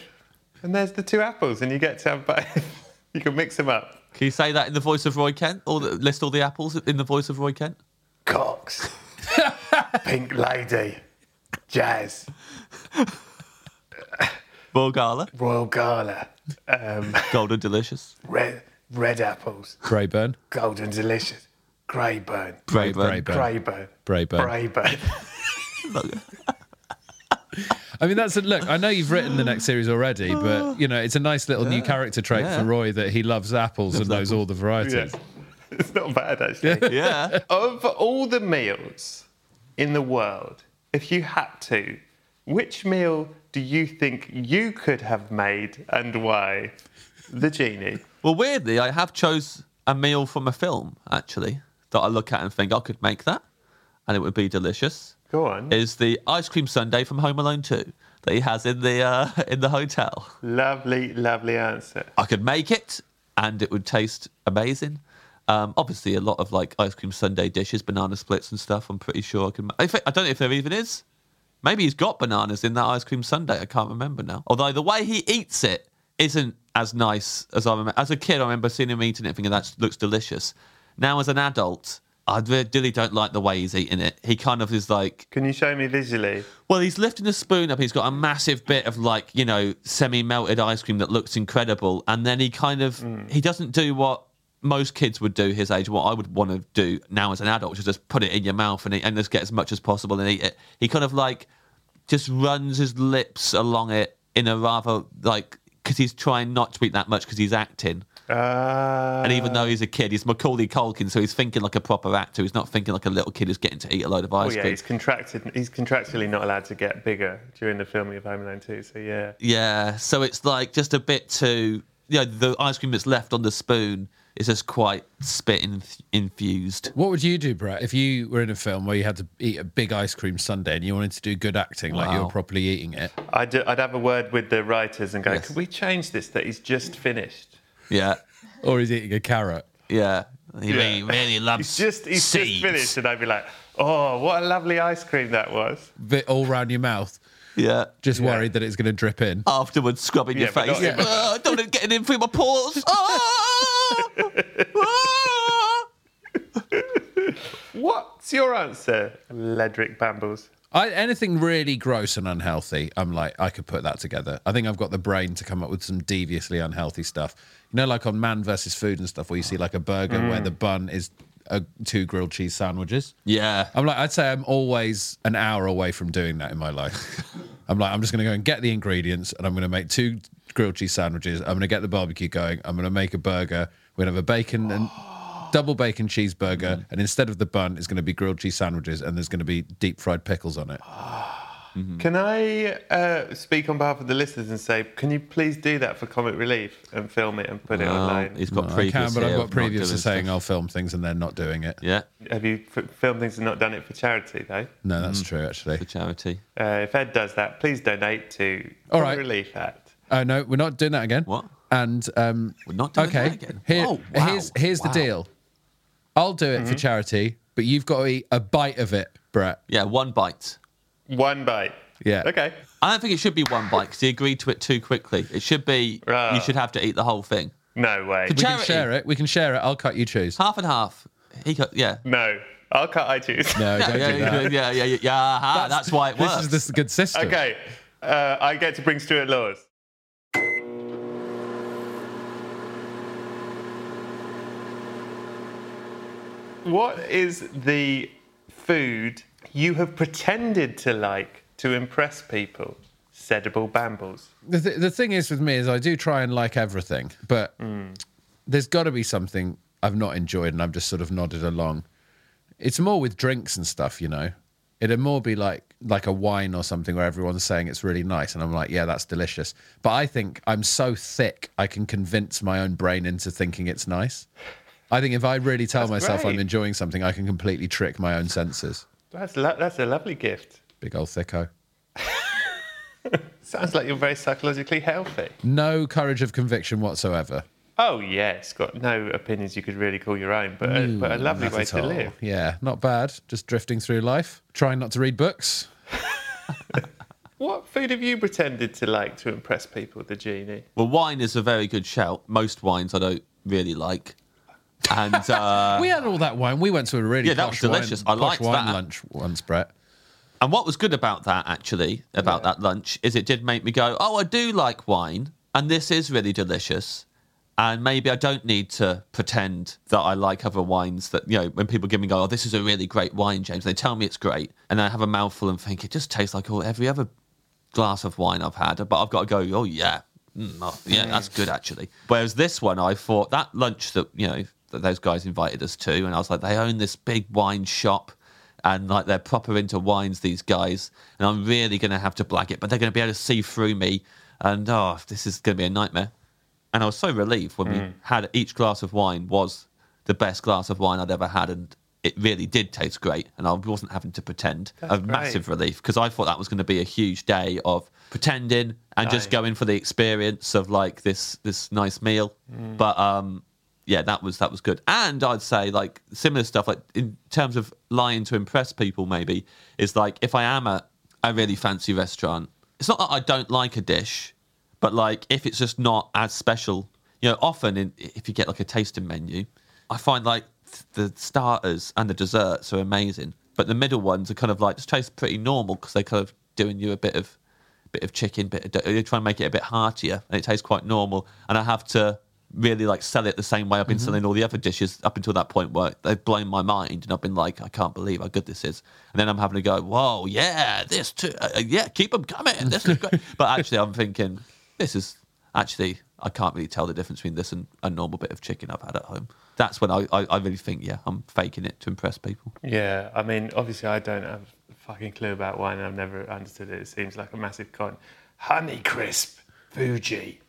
C: and there's the two apples, and you get to have both. you can mix them up.
B: Can you say that in the voice of Roy Kent? Or the, list all the apples in the voice of Roy Kent?
C: Cox, Pink Lady, Jazz,
B: Royal Gala,
C: Royal Gala, um,
B: Golden Delicious,
C: red, red apples,
A: Brayburn.
C: Golden Delicious, Greyburn,
B: Brayburn.
A: Brayburn.
C: Greyburn,
A: Brayburn.
C: Greyburn.
A: I mean, that's a look. I know you've written the next series already, but you know, it's a nice little new character trait for Roy that he loves apples and knows all the varieties.
C: Yeah. It's not bad actually.
B: Yeah.
C: of all the meals in the world, if you had to, which meal do you think you could have made and why? The genie.
B: Well, weirdly, I have chose a meal from a film actually that I look at and think I could make that, and it would be delicious.
C: Go on.
B: Is the ice cream sundae from Home Alone 2 that he has in the uh, in the hotel?
C: Lovely, lovely answer.
B: I could make it, and it would taste amazing. Um, obviously, a lot of like ice cream sundae dishes, banana splits and stuff. I'm pretty sure I can. I, think, I don't know if there even is. Maybe he's got bananas in that ice cream sundae. I can't remember now. Although the way he eats it isn't as nice as I remember. As a kid, I remember seeing him eating it, and thinking that looks delicious. Now, as an adult, I really don't like the way he's eating it. He kind of is like
C: Can you show me visually?
B: well, he's lifting the spoon up. He's got a massive bit of like you know semi-melted ice cream that looks incredible, and then he kind of
C: Mm.
B: he doesn't do what most kids would do his age. What I would want to do now as an adult, which is just put it in your mouth and eat, and just get as much as possible and eat it. He kind of like just runs his lips along it in a rather like because he's trying not to eat that much because he's acting.
C: Uh,
B: And even though he's a kid, he's Macaulay Culkin, so he's thinking like a proper actor. He's not thinking like a little kid who's getting to eat a load of ice
C: oh, yeah,
B: cream.
C: he's contracted. He's contractually not allowed to get bigger during the filming of Home Alone 2. So yeah,
B: Yeah, so it's like just a bit too. You know, the ice cream that's left on the spoon is just quite spit in, infused.
A: What would you do, Brett, if you were in a film where you had to eat a big ice cream sundae and you wanted to do good acting, like you were
B: Wow.
A: properly eating it?
C: I'd, I'd have a word with the writers and go,
B: Yes.
C: "Could we change this? That he's just finished."
B: Yeah,
A: Or is eating a carrot?
B: yeah. He really, really
C: He's
B: loves
C: just he's
B: seeds.
C: just finished, and I'd be like, "Oh, what a lovely ice cream that was."
A: Bit all round your mouth,
B: Yeah.
A: just worried that it's going to drip in.
B: Afterwards, scrubbing your
C: Yeah, but
B: face.
C: not in my-
B: "Oh, I don't want it getting in through my pores. Ah! Ah!"
C: What's your answer, Ledric Bambles?
A: I, anything really gross and unhealthy, I'm like, I could put that together. I think I've got the brain to come up with some deviously unhealthy stuff. You know, like on Man versus Food and stuff, where you see like a burger where the bun is uh, two grilled cheese sandwiches.
B: Yeah.
A: I'm like, I'd say I'm always an hour away from doing that in my life. I'm like, I'm just going to go and get the ingredients and I'm going to make two grilled cheese sandwiches. I'm going to get the barbecue going. I'm going to make a burger. We're going to have a bacon and double bacon cheeseburger.
B: Mm.
A: And instead of the bun, it's going to be grilled cheese sandwiches and there's going to be deep fried pickles on it.
B: Ah.
A: Hmm.
C: Can I uh, speak on behalf of the listeners and say, can you please do that for Comic Relief and film it and put it
B: Well,
C: online?
B: Oh, he's got
A: I
B: previous.
A: can, but
B: here
A: I've
B: of
A: got
B: not
A: previous to
B: doing
A: saying
B: stuff.
A: I'll film things and they're not doing it.
B: Yeah,
C: Have you f- filmed things and not done it for charity though?
A: No, that's
B: Mm.
A: true, actually.
B: for charity.
C: Uh, if Ed does that, please donate to
A: All
C: Comic
A: right.
C: Relief Act.
A: Oh no, we're not doing that again.
B: What?
A: And um,
B: We're not doing
A: okay.
B: that again?
A: Here-
B: Oh, wow.
A: Here's here's
B: Wow. Mm-hmm.
A: the deal. I'll do it for charity, but you've got to eat a bite of it, Brett.
B: Yeah, one bite.
C: One bite.
A: Yeah.
C: Okay.
B: I don't think it should be one bite because he agreed to it too quickly. It should be
C: Right.
B: you should have to eat the whole thing,
C: No way.
A: We
B: Charity.
A: can share it. We can share it. I'll cut. You choose.
B: half and half. He co- yeah.
C: No. I'll cut iTunes.
A: No,
B: Yeah,
A: don't
B: yeah,
A: do
B: yeah,
A: that.
B: yeah, yeah, yeah, yeah. aha, That's, why it
A: This
B: works.
A: is this is a good system.
C: Okay. Uh, I get to bring Stuart Laws. What is the food you have pretended to like to impress people? Sedable bambles.
A: The, th- the thing is with me is I do try and like everything, but there's got to be something I've not enjoyed and I've just sort of nodded along. It's more with drinks and stuff, you know. It'd more be like like a wine or something where everyone's saying it's really nice, and I'm like, yeah, that's delicious. But I think I'm so thick, I can convince my own brain into thinking it's nice. I think if I really tell myself
C: great.
A: I'm enjoying something, I can completely trick my own senses.
C: That's, lo- that's a lovely gift.
A: Big old thicko.
C: Sounds like you're very psychologically healthy.
A: No courage of conviction whatsoever.
C: Oh yeah, it's got no opinions you could really call your own, but a, but a lovely
A: Mm, Not
C: way
A: at
C: to
A: all.
C: live.
A: Yeah, not bad. Just drifting through life, trying not to read books.
C: What food have you pretended to like to impress people, the genie?
B: Well, wine is a very good shout. Most wines I don't really like. And uh,
A: we had all that wine. We went to a really
B: Yeah, that
A: posh
B: was delicious.
A: Wine,
B: I
A: posh
B: liked
A: wine
B: that.
A: lunch once, Brett.
B: and what was good about that, actually, about that lunch, is it did make me go, oh, I do like wine, and this is really delicious. And maybe I don't need to pretend that I like other wines that, you know, when people give me, go, oh, this is a really great wine, James, they tell me it's great. And I have a mouthful and think, it just tastes like all, every other glass of wine I've had, but I've got to go, oh, yeah, mm, oh, yeah, that's good, actually. Whereas this one, I thought that lunch that, you know, that those guys invited us to, and I was like, they own this big wine shop and like they're proper into wines, these guys, and I'm really going to have to blag it, but they're going to be able to see through me, and oh, this is going to be a nightmare. And I was so relieved when we had each glass of wine was the best glass of wine I'd ever had, and it really did taste great, and I wasn't having to pretend. a
C: great.
B: massive relief because I thought that was going to be a huge day of pretending and just
C: Aye.
B: going for the experience of like this this nice meal. But um, yeah, that was that was good. And I'd say like similar stuff like in terms of lying to impress people. Maybe is like if I am at a really fancy restaurant, it's not that I don't like a dish, but like if it's just not as special, you know, often in, if you get like a tasting menu, I find like th- the starters and the desserts are amazing, but the middle ones are kind of like just taste pretty normal because they're kind of doing you a bit of bit of chicken, bit of do- they try and make it a bit heartier, and it tastes quite normal. And I have to really like sell it the same way I've
A: Mm-hmm.
B: been selling all the other dishes up until that point where they've blown my mind, and I've been like, I can't believe how good this is. And then I'm having to go, whoa, yeah, this too, uh, uh, yeah, keep them coming. This is great. but actually, I'm thinking this is actually I can't really tell the difference between this and a normal bit of chicken I've had at home. That's when I, I, I really think, yeah, I'm faking it to impress people.
C: Yeah, I mean, obviously, I don't have a fucking clue about wine. I've never understood it. It seems like a massive con. Honey crisp, Fuji.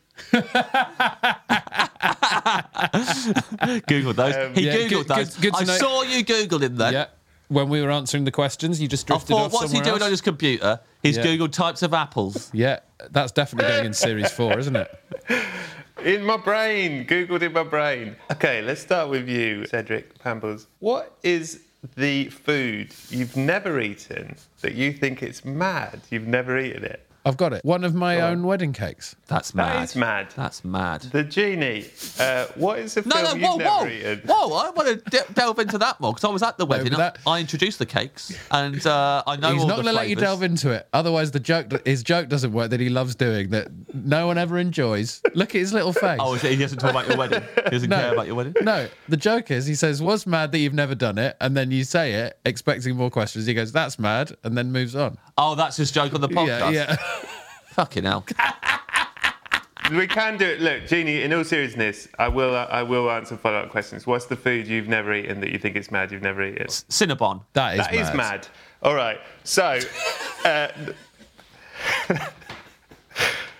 B: Google those. he
A: Um, yeah,
B: googled
A: good-
B: those.
A: good- good to
B: I
A: know.
B: saw you googling them.
A: Yeah. When we were answering the questions, you just
B: I
A: drifted
B: thought,
A: off
B: Oh, what's he
A: somewhere
B: doing on
A: else.
B: his computer? He's
A: Yeah.
B: Googled types of apples.
A: Yeah, that's definitely going in series four, isn't it?
C: In my brain, Googled in my brain. Okay, let's start with you, Cedric Pambles. What is the food you've never eaten that you think it's mad you've never eaten it?
A: I've got it. One of my own wedding cakes.
B: That's mad.
C: That is mad.
B: That's mad.
C: The genie. Uh, what is a
B: No,
C: film
B: no,
C: you've
B: whoa,
C: never
B: whoa,
C: eaten?
B: whoa! I want to de- delve into that more because I was at the wedding.
A: but that-
B: I introduced the cakes, and uh, I know
A: He's
B: all
A: not
B: the
A: going to let you
B: flavours.
A: delve into it. Otherwise, the joke his joke doesn't work that he loves doing that no one ever enjoys. Look at his little face.
B: Oh, is it- he doesn't talk about your wedding. He doesn't care about your wedding.
A: No, the joke is he says, "What's mad that you've never done it?" And then you say it, expecting more questions. He goes, "That's mad," and then moves on.
B: Oh, that's his joke on the podcast.
A: Yeah, yeah.
B: Fucking hell.
C: We can do it. Look, Jeannie, in all seriousness, I will I will answer follow up questions. What's the food you've never eaten that you think it's mad you've never eaten?
B: Cinnabon.
A: That is
C: That is
A: mad.
C: mad. All right. So, uh,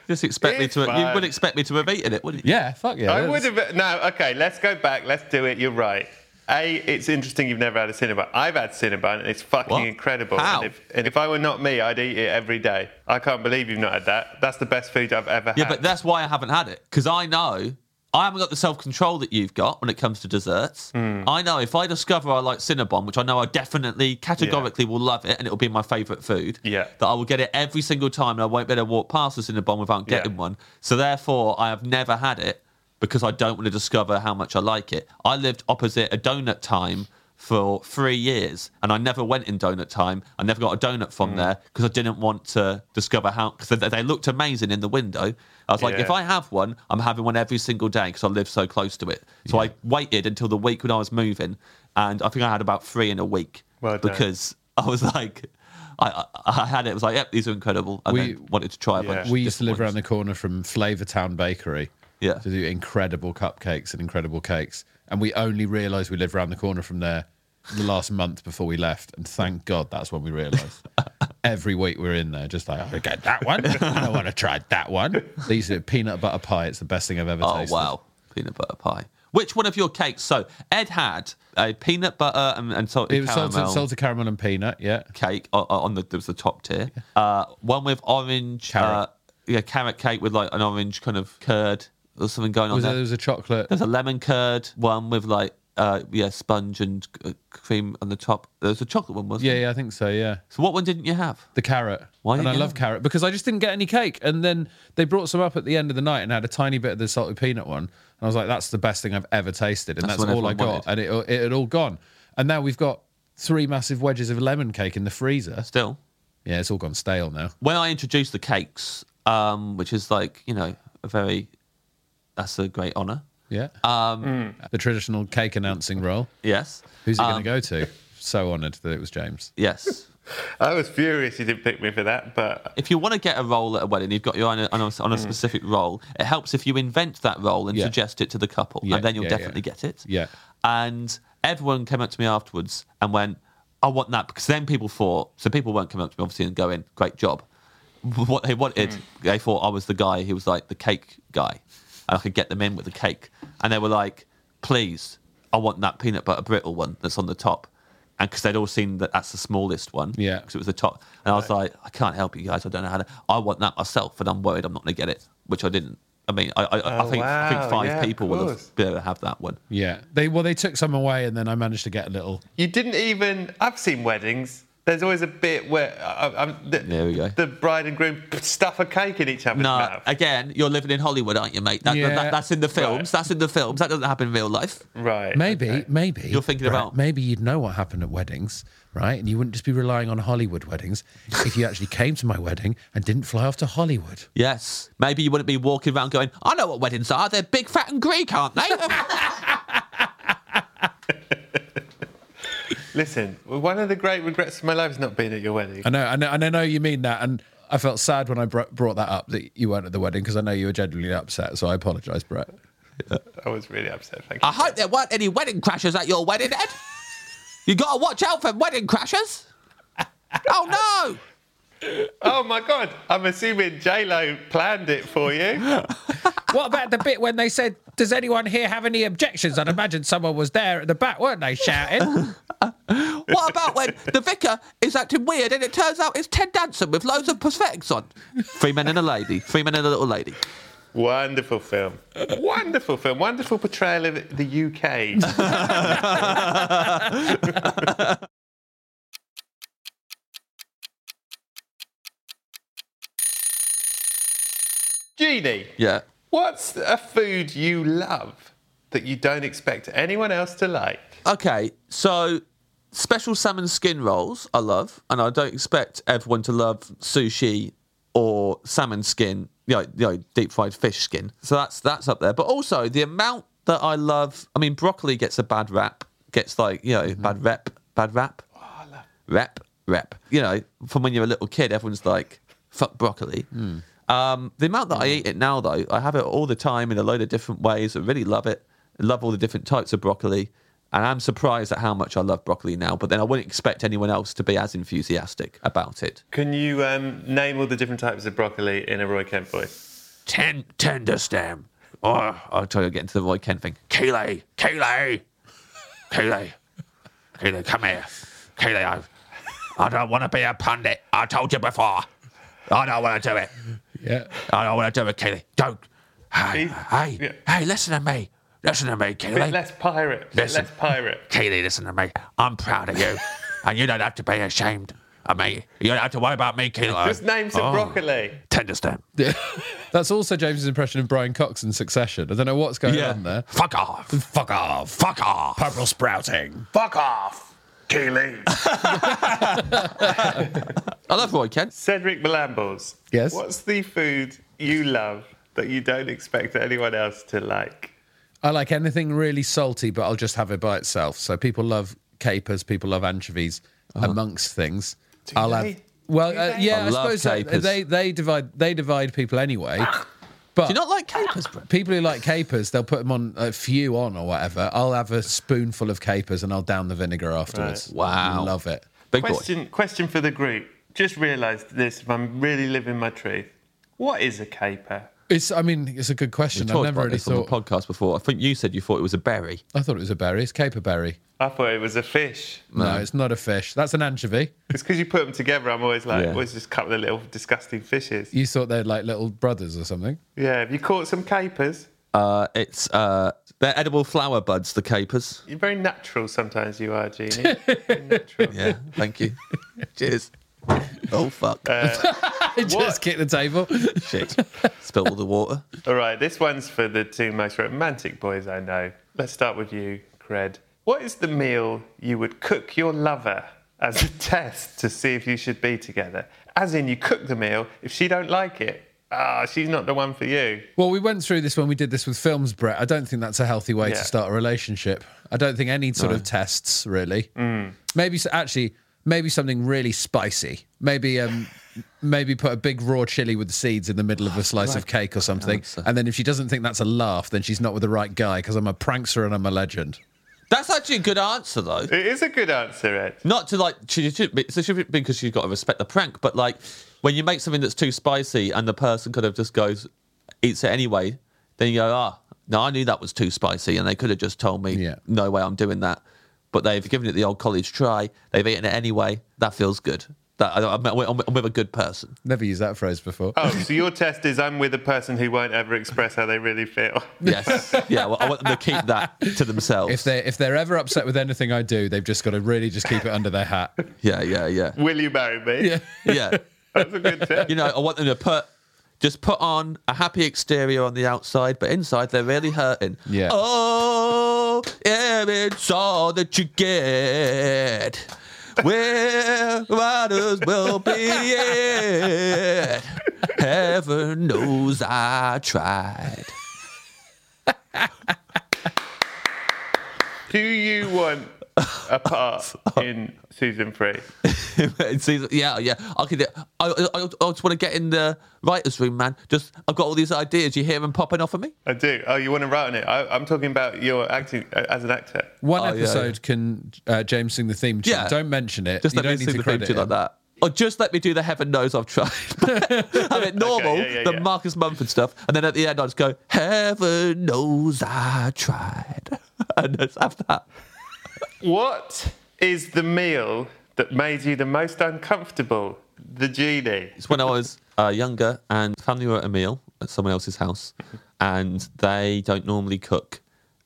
B: Just expect me
C: It's
B: to. You
C: mad.
B: would expect me to have eaten it, wouldn't you?
A: Yeah, fuck yeah.
C: I
A: that's-
C: would have. No, okay, let's go back. Let's do it. You're right. A, it's interesting you've never had a Cinnabon. I've had Cinnabon and it's fucking
B: What?
C: incredible.
B: How?
C: And, if, and if I were not me, I'd eat it every day. I can't believe you've not had that. That's the best food I've ever
B: Yeah,
C: had.
B: but that's why I haven't had it because I know I haven't got the self control that you've got when it comes to desserts. I know if I discover I like Cinnabon, which I know I definitely categorically will love it and it'll be my favourite food,
C: Yeah.
B: that I will get it every single time and I won't be able to walk past the Cinnabon without
C: Yeah.
B: getting one. So therefore, I have never had it because I don't want to discover how much I like it. I lived opposite a donut time. For three years, and I never went in donut time. I never got a donut
C: Hmm.
B: from there because I didn't want to discover how because they, they looked amazing in the window. I was like,
C: Yeah.
B: if I have one, I'm having one every single day because I live so close to it. So I waited until the week when I was moving, and I think I had about three in a week
C: Well done.
B: because I was like, I, I I had it. It was like, yep, these are incredible, and
A: We-
B: then wanted to try a
C: Yeah.
B: bunch.
A: We used to live around
B: different
A: the corner from Flavortown Bakery.
B: Yeah.
A: To do incredible cupcakes and incredible cakes. And we only realised we lived around the corner from there the last month before we left. And thank God that's when we realised. Every week we're in there, just like, I get that one. I want to try that one. These are peanut butter pie. It's the best thing I've ever
B: ones.
A: tasted.
B: Oh wow, peanut butter pie. Which one of your cakes? So Ed had a peanut butter and, and salted
A: It was
B: caramel.
A: salted, salted caramel and peanut. Yeah.
B: cake o- o- on the there was the top tier. Uh, one with orange,
A: Carrot.
B: Uh, yeah, carrot cake with like an orange kind of curd There was something going on
A: Was there,
B: there.
A: there was a chocolate.
B: There's a lemon curd one with like uh yeah sponge and uh, cream on the top. There's a chocolate one, wasn't
A: Yeah,
B: there?
A: yeah, I think so. Yeah,
B: So what one didn't you have?
A: the carrot.
B: Why
A: and
B: did
A: I
B: you
A: love
B: have-
A: carrot because I just didn't get any cake. And then they brought some up at the end of the night and had a tiny bit of the salted peanut one. And I was like, that's the best thing I've ever tasted, and
B: That's
A: that's,
B: what
A: all I
B: everyone
A: got. And it it had all gone. And now we've got three massive wedges of lemon cake in the freezer.
B: Still,
A: Yeah, it's all gone stale now.
B: when I introduced the cakes, um, which is like you know a very that's a great honour.
A: Yeah. Um, the traditional cake announcing role.
B: Yes,
A: Who's it
B: Um,
A: going to go to? So honoured that it was James.
B: yes.
C: I was furious you didn't pick me for that, but
B: If you want to get a role at a wedding, you've got your on a, on a, on a specific role. It helps if you invent that role and
A: Mm. Yeah.
B: suggest it to the couple,
A: Yeah,
B: and then you'll
A: yeah, yeah.
B: definitely get it.
A: Yeah.
B: And everyone came up to me afterwards and went, "I want that," because then people thought. So people weren't coming up to me obviously and going, "Great job." What they wanted,
C: Hmm.
B: they thought I was the guy who was like the cake guy, and I could get them in with the cake. And they were like, "Please, I want that peanut butter brittle one that's on the top." And because they'd all seen that that's the smallest one,
A: Yeah.
B: 'cause it was the top. And I was like, I can't help you guys. I don't know how to. I want that myself, and I'm worried I'm not going to get it, which I didn't. I mean, I, I, I
C: Oh,
B: think I
C: wow.
B: think five
C: Yeah, of
B: people will
C: course.
B: have been able to have that one.
A: Yeah. They well, they took some away, and then I managed to get a little.
C: you didn't even. I've seen weddings. There's always a bit where I, I'm, the,
B: There we go.
C: the bride and groom stuff a cake in each other's
B: No,
C: mouth.
B: again, you're living in Hollywood, aren't you, mate? That,
A: Yeah.
B: that- that's in the films. That's in the films. That doesn't happen in real life.
C: right.
A: Maybe,
C: okay.
A: maybe
B: You're thinking
A: right,
B: about-
A: Maybe you'd know what happened at weddings, right? And you wouldn't just be relying on Hollywood weddings if you actually came to my wedding and didn't fly off to Hollywood.
B: Yes. Maybe you wouldn't be walking around going, I know what weddings are. They're big, fat, and Greek, aren't they?
C: Listen, one of the great regrets of my life is not being at your wedding.
A: I know, I know, and I know you mean that. And I felt sad when I br- brought that up that you weren't at the wedding because I know you were genuinely upset. So I apologise, Brett.
C: I was really upset. Thank you.
B: I hope there weren't any wedding crashers at your wedding, Ed. You got to watch out for wedding crashers. Oh, no.
C: Oh my God! I'm assuming J Lo planned it for you.
A: What about the bit when they said, "Does anyone here have any objections?" I'd imagine someone was there at the back, weren't they, shouting?
B: What about when the vicar is acting weird and it turns out it's Ted Danson with loads of prosthetics on? Three men and a lady. Three men and a little lady.
C: Wonderful film. Wonderful film. Wonderful portrayal of the UK. Jeannie,
B: Yeah.
C: what's a food you love that you don't expect anyone else to like?
B: Okay, so special salmon skin rolls I love, and I don't expect everyone to love sushi or salmon skin, you know, you know deep fried fish skin. So that's that's up there. But also the amount that I love. I mean, broccoli gets a bad rap, gets like you know bad rep, bad rap, rep, rep. You know, from when you're a little kid, everyone's like fuck broccoli.
A: Hmm.
B: Um, the amount that I eat it now, though, I have it all the time in a load of different ways. I really love it. I love all the different types of broccoli. And I'm surprised at how much I love broccoli now, but then I wouldn't expect anyone else to be as enthusiastic about it.
C: Can you um, name all the different types of broccoli in a Roy Kent voice?
B: Ten, tender stem. Oh, I'll try to get into the Roy Kent thing. Kayleigh, Kayleigh, Kayleigh, Kayleigh, come here. Kayleigh, I, I don't want to be a pundit. I told you before. I don't want to do it.
A: yeah.
B: I don't want to do it, Kayleigh. Don't. Hey,
C: Please.
B: hey,
C: Yeah.
B: hey, listen to me. Listen to me,
C: Bit
B: Kayleigh.
C: less pirate. Bit
B: Listen.
C: less pirate.
B: Kayleigh, listen to me. I'm proud of you. and you don't have to be ashamed of me. You don't have to worry about me, Kayleigh.
C: Just name some
B: Oh,
C: broccoli.
B: Tender stem.
A: That's also James's impression of Brian Cox in Succession. I don't know what's going on there.
B: Fuck off.
A: Fuck off.
B: Fuck off.
A: Purple sprouting.
C: Fuck off, Keely.
B: I love Roy Kent.
C: Cedric Blambles.
A: Yes?
C: What's the food you love that you don't expect anyone else to like?
A: I like anything really salty, but I'll just have it by itself. So people love capers, people love anchovies amongst things. I'll have
C: they?
A: well,
C: Do
A: uh,
C: they?
A: yeah,
B: Uh-huh. I
A: I,
B: love
A: suppose that-
B: capers.
A: they they divide they divide people anyway. But
B: Do you not like capers, bro?
A: people who like capers, they'll put them on a few on or whatever. I'll have a spoonful of capers and I'll down the vinegar afterwards.
B: Wow.
A: love it.
B: Big boy.
C: Question, question for the group. Just realised this. If I'm really living my truth, what is a caper?
A: It's I mean, it's a good question. I've
B: Talked
A: never
B: about
A: really
B: this on the
A: thought.
B: podcast before. I think you said you thought it was a berry.
A: I thought it was a berry. It's caper berry.
C: I thought it was a fish.
A: No, it's not a fish. That's an anchovy.
C: It's because you put them together. I'm always like,
B: Yeah.
C: always just a couple of little disgusting fishes.
A: You thought they're like little brothers or something.
C: Yeah. Have you caught some capers?
B: Uh, it's uh, they're edible flower buds, the capers.
C: You're very natural sometimes, you are, Jeannie. Very natural.
B: Yeah, thank you. Cheers. Oh fuck!
A: Uh. Just kick the table.
B: Shit! Spilled all the water.
C: All right, this one's for the two most romantic boys I know. Let's start with you, Cred. What is the meal you would cook your lover as a test to see if you should be together? As in, you cook the meal. If she don't like it, ah, she's not the one for you.
A: Well, we went through this when we did this with films, Brett. I don't think that's a healthy way
C: Yeah.
A: to start a relationship. I don't think any sort of tests really.
C: Mm.
A: Maybe s- actually, maybe something really spicy. Maybe um, maybe put a big raw chili with the seeds in the middle of a slice of cake or something. And then if she doesn't think that's a laugh, then she's not with the right guy because I'm a prankster and I'm a legend.
B: That's actually a good answer though.
C: It is a good answer, Ed.
B: Not to like, she should be, so she should be- because she's got to respect the prank. But like, when you make something that's too spicy and the person kind of just goes, eats it anyway, then you go, ah, no, I knew that was too spicy, and they could have just told me,
A: Yeah.
B: no way, I'm doing that. But they've given it the old college try. They've eaten it anyway. That feels good. That I, I'm, I'm I'm with a good person.
A: Never used that phrase before.
C: Oh, so your test is I'm with a person who won't ever express how they really feel.
B: Yes. yeah. Well, I want them to keep that to themselves.
A: If they if they're ever upset with anything I do, they've just got to really just keep it under their hat.
B: yeah. Yeah. Yeah.
C: Will you marry me? Yeah.
B: Yeah.
C: That's a good test.
B: you know, I want them to put just put on a happy exterior on the outside, but inside they're really hurting.
A: Yeah.
B: Oh, yeah, it's all that you get. Where riders will be it. Heaven knows I tried.
C: Do you want a part in season three?
B: It seems- yeah, yeah. I could. I, I, I just want to get in the writers' room, man. Just I've got all these ideas. You hear them popping off of me.
C: I do. Oh, you want to write on it? I, I'm talking about your acting uh, as an actor.
A: One
B: Oh, yeah,
A: episode can uh, James sing the theme tune.
B: Yeah.
A: Don't mention it.
B: Just
A: you
B: let me
A: don't need
B: sing
A: to
B: the theme
A: credit
B: tune like
A: him.
B: that. Or just let me do the heaven knows I've tried. Have it normal,
C: yeah, yeah,
B: the
C: yeah.
B: Marcus Mumford stuff. And then at the end, I just go, heaven knows I tried. and just have that.
C: What is the meal that made you the most uncomfortable? The genie.
B: It's when I was uh, younger and family were at a meal at someone else's house and they don't normally cook.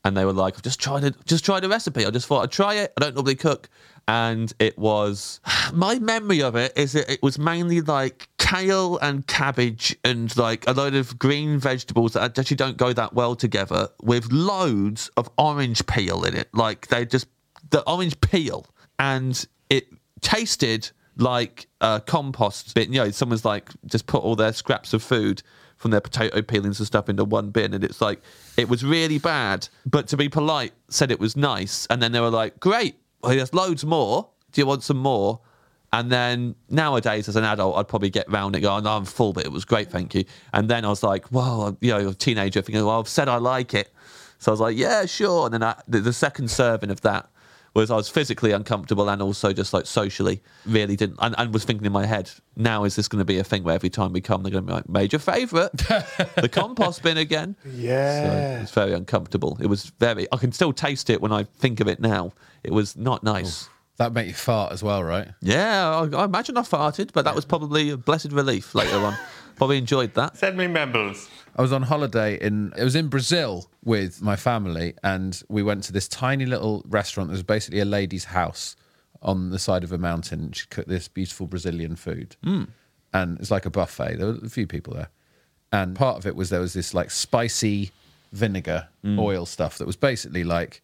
B: And they were like, I've just tried it, just tried a recipe. I just thought I'd try it. I don't normally cook. And it was my memory of it is that it was mainly like kale and cabbage and like a load of green vegetables that actually don't go that well together with loads of orange peel in it. Like they just the orange peel and it tasted like a compost bin. You know, someone's like just put all their scraps of food from their potato peelings and stuff into one bin, and it's like it was really bad. But to be polite, said it was nice, and then they were like, "Great, well, there's loads more. Do you want some more?" And then nowadays, as an adult, I'd probably get round it, going, "No, I'm full, but it was great, thank you." And then I was like, "Well, uh, you know, a teenager thinking, well, I've said I like it." So I was like, yeah, sure. And then I, the, the second serving of that was I was physically uncomfortable and also just like socially really didn't, and, and was thinking in my head, now is this going to be a thing where every time we come, they're going to be like, major favourite, the compost bin again? So it
C: Yeah.
B: was very uncomfortable. It was very, I can still taste it when I think of it now. It was not nice.
A: That make you fart as well, right?
B: Yeah, I, I imagine I farted, but that was probably a blessed relief later on. Probably enjoyed that.
C: Send me membles.
A: I was on holiday in it was in Brazil with my family, and we went to this tiny little restaurant that was basically a lady's house on the side of a mountain. She cooked this beautiful Brazilian food, and it's like a buffet. There were a few people there, and part of it was there was this like spicy vinegar oil stuff that was basically like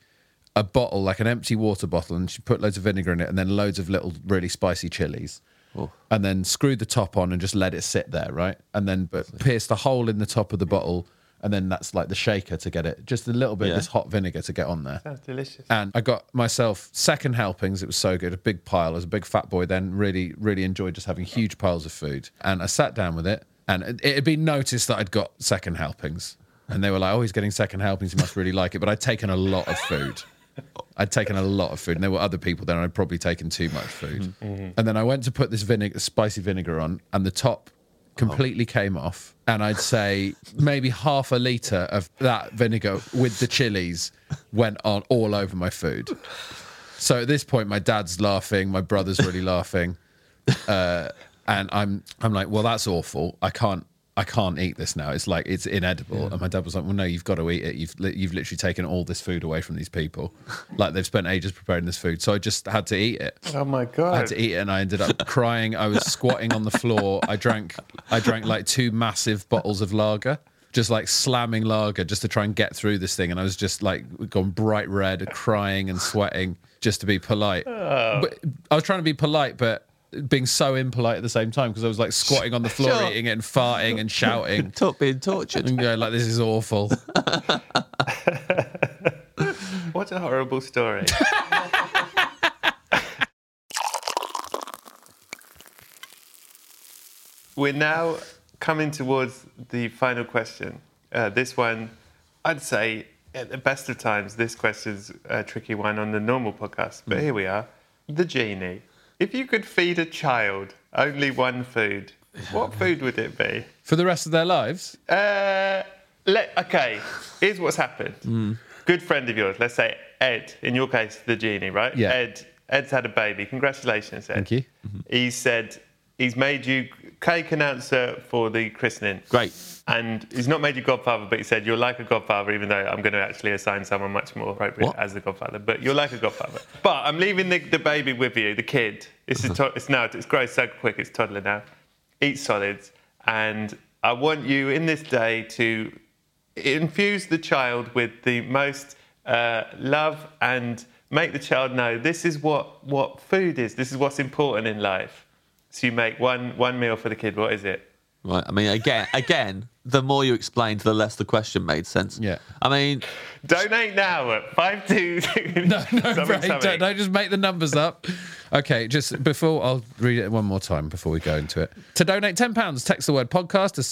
A: a bottle, like an empty water bottle, and she put loads of vinegar in it, and then loads of little really spicy chilies, and then screwed the top on and just let it sit there, right? And then but pierced a hole in the top of the bottle, and then that's like the shaker to get it, just a little bit of
B: Yeah.
A: this hot vinegar to get on there.
C: That's delicious.
A: And I got myself second helpings. It was so good, a big pile. I was a big fat boy then, really, really enjoyed just having huge piles of food. And I sat down with it, and it it had been noticed that I'd got second helpings. And they were like, oh, he's getting second helpings. He must really like it. But I'd taken a lot of food. I'd taken a lot of food, and there were other people there, and I'd probably taken too much food. And then I went to put this vinegar, spicy vinegar on, and the top completely came off. And I'd say maybe half a liter of that vinegar with the chilies went on all over my food. So at this point, my dad's laughing, my brother's really laughing, uh, and I'm I'm like, well, that's awful. I can't I can't eat this now. It's like it's inedible. And my dad was like, "Well, no, you've got to eat it. You've li- you've literally taken all this food away from these people. like they've spent ages preparing this food, so I just had to eat it.
C: Oh my
A: I
C: god!
A: had to eat it, and I ended up crying. I was squatting on the floor. I drank I drank like two massive bottles of lager, just like slamming lager, just to try and get through this thing. And I was just like gone bright red, crying and sweating, just to be polite. But I was trying to be polite, but being so impolite at the same time because I was like squatting on the floor,
B: Sure.
A: eating it and farting and shouting.
B: Top being tortured.
A: And go like, this is awful.
C: What a horrible story. We're now coming towards the final question. Uh, this one, I'd say, at the best of times, this question's a tricky one on the normal podcast, but here we are. The genie. If you could feed a child only one food, what food would it be?
A: For the rest of their lives,
C: Uh, let, okay, here's what's happened.
A: Mm.
C: Good friend of yours, let's say Ed, in your case, the genie, right?
A: Yeah.
C: Ed, Ed's had a baby. Congratulations, Ed.
A: Thank you.
C: Mm-hmm. He said he's made you cake and answer for the christening.
B: Great.
C: And he's not made you godfather, but he said you're like a godfather, even though I'm going to actually assign someone much more appropriate
B: What?
C: as the godfather. But you're like a godfather. But I'm leaving the, the baby with you, the kid. This is
B: Uh-huh.
C: to- it's now it's grows so quick, it's toddler now. Eat solids, and I want you in this day to infuse the child with the most uh, love and make the child know this is what what food is. This is what's important in life. So you make one one meal for the kid. What is it?
B: Right. I mean, again, again, the more you explained, the less the question made sense.
A: Yeah.
B: I mean,
C: Donate now at five two.
A: No, no, Ray, don't, don't just make the numbers up. Okay, just before I'll read it one more time before we go into it. To donate £10, text the word podcast to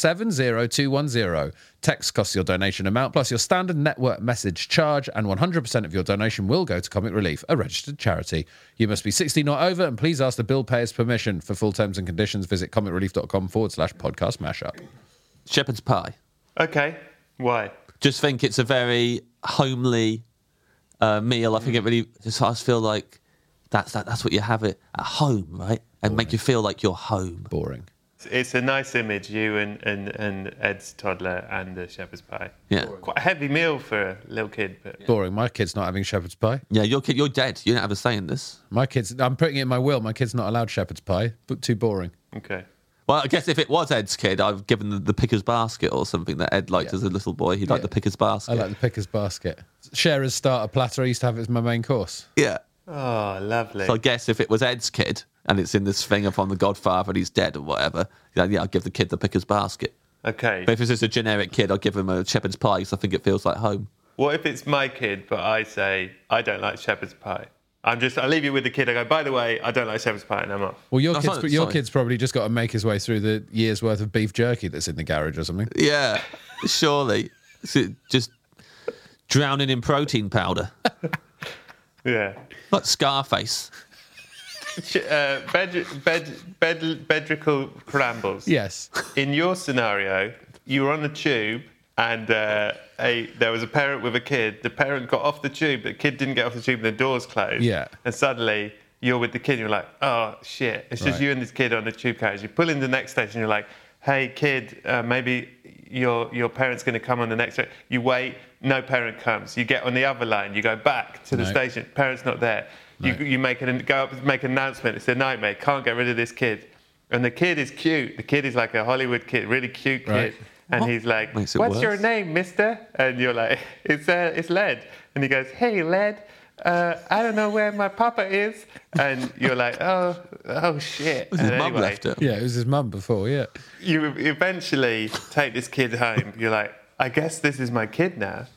A: 70210. Text costs your donation amount plus your standard network message charge, and 100% of your donation will go to Comic Relief, a registered charity. You must be 16 or over, and please ask the bill payer's permission. For full terms and conditions, visit comicrelief.com forward slash podcast mashup.
B: shepherd's pie.
C: Okay, why?
B: Just think it's a very homely uh, meal. I think it really just I just feel like that's that, that's what you have it at home, right? And make you feel like you're home.
A: Boring.
C: It's a nice image, you and, and, and Ed's toddler and the shepherd's pie.
B: Yeah.
C: Quite a heavy meal for a little kid, but
A: Boring. My kid's not having shepherd's pie.
B: Yeah, your kid, you're dead. You don't have a say in this.
A: My kid's, I'm putting it in my will. My kid's not allowed shepherd's pie, but too boring.
C: okay.
B: Well, I guess if it was Ed's kid, I've given the, the picker's basket or something that Ed liked
A: Yeah.
B: as a little boy. He liked
A: Yeah.
B: the picker's basket.
A: I like the picker's basket. Sharer's starter platter I used to have it as my main course.
B: yeah.
C: Oh, lovely.
B: So I guess if it was Ed's kid and it's in this thing upon the Godfather and he's dead or whatever, then yeah, I'd give the kid the picker's basket.
C: okay.
B: But if it's just a generic kid, I'd give him a shepherd's pie because I think it feels like home.
C: What if it's my kid, but I say, I don't like shepherd's pie? I'm just, I leave you with the kid. I go, by the way, I don't like shepherd's pie, and I'm off.
A: Well, your
B: No,
A: kid's,
B: sorry,
A: your
B: sorry.
A: kid's probably just got to make his way through the year's worth of beef jerky that's in the garage or something.
B: Yeah, surely. So just drowning in protein powder.
C: Yeah.
B: Like Scarface.
C: Sh- Uh, bed, bed, bed, bedrical crambles.
A: Yes.
C: In your scenario, you were on a tube and uh, a, there was a parent with a kid. The parent got off the tube, the kid didn't get off the tube, and the doors closed.
A: Yeah.
C: And suddenly you're with the kid, and you're like, oh shit. It's just
A: Right.
C: you and this kid on the tube carriage. You pull in the next station, you're like, hey kid, uh, maybe your, your parent's going to come on the next. tra-" You wait, no parent comes. You get on the other line, you go back to the
A: No.
C: station, parent's not there.
A: No.
C: You, you make an, go up and make an announcement. It's a nightmare. Can't get rid of this kid. And the kid is cute. The kid is like a Hollywood kid, really cute kid.
A: Right.
C: And he's like,
B: Makes
C: "What's
B: it
C: your
B: worse.
C: name, Mister?" And you're like, "It's uh, it's Led." And he goes, "Hey, Led, uh, I don't know where my papa is." And you're like, "Oh, oh shit."
B: His
C: And
B: mum
C: anyway,
B: left it.
A: Yeah, it was his mum before, yeah.
C: you eventually take this kid home. You're like, I guess this is my kid now.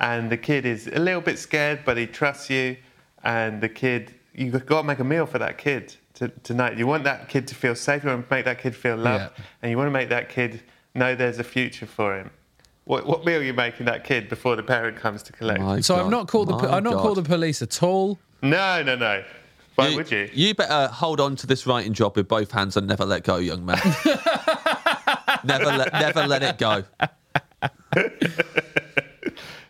C: And the kid is a little bit scared, but he trusts you. And the kid, you've got to make a meal for that kid to, tonight. You want that kid to feel safe. You want to make that kid feel loved.
A: Yeah.
C: And you want to make that kid know there's a future for him. What, what meal are you making that kid before the parent comes to collect?
B: My
A: So
B: God,
A: I'm not called the po-
B: my
A: I'm not
B: God.
A: called the police at all.
C: No, no, no. Why would you?
B: You better hold on to this writing job with both hands and never let go, young man. never let never let it go.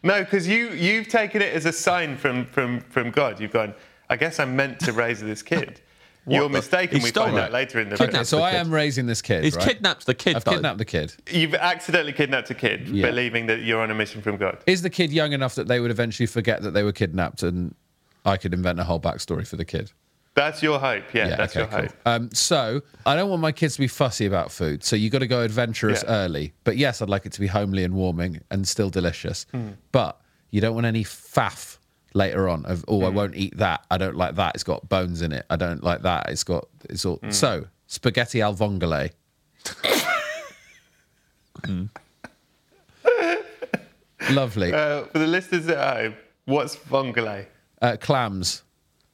C: No, because you you've taken it as a sign from from from God. You've gone. I guess I'm meant to raise this kid. You're
B: the-
C: mistaken.
B: He
C: We
B: stole
C: find
B: it.
C: out later in the
B: Kidnapped
C: film.
A: so
B: the
A: I
B: kid.
A: am raising this kid.
B: He's
A: right?
B: kidnapped the kid.
A: I've
B: though.
A: kidnapped the kid.
C: You've accidentally kidnapped a kid,
A: Yeah.
C: believing that you're on a mission from God.
A: Is the kid young enough that they would eventually forget that they were kidnapped and I could invent a whole backstory for the kid?
C: That's your hope. Yeah, that's your hope.
A: Um, so I don't want my kids to be fussy about food. So you got to go adventurous
C: Yeah.
A: early. But yes, I'd like it to be homely and warming and still delicious.
C: Hmm.
A: But you don't want any faff later on of oh I
C: Hmm.
A: won't eat that. I don't like that. It's got bones in it. I don't like that. It's got it's
C: Hmm.
A: all so spaghetti al vongole. Hmm. Lovely.
C: Uh, for the listeners at home, what's vongole?
A: uh, clams.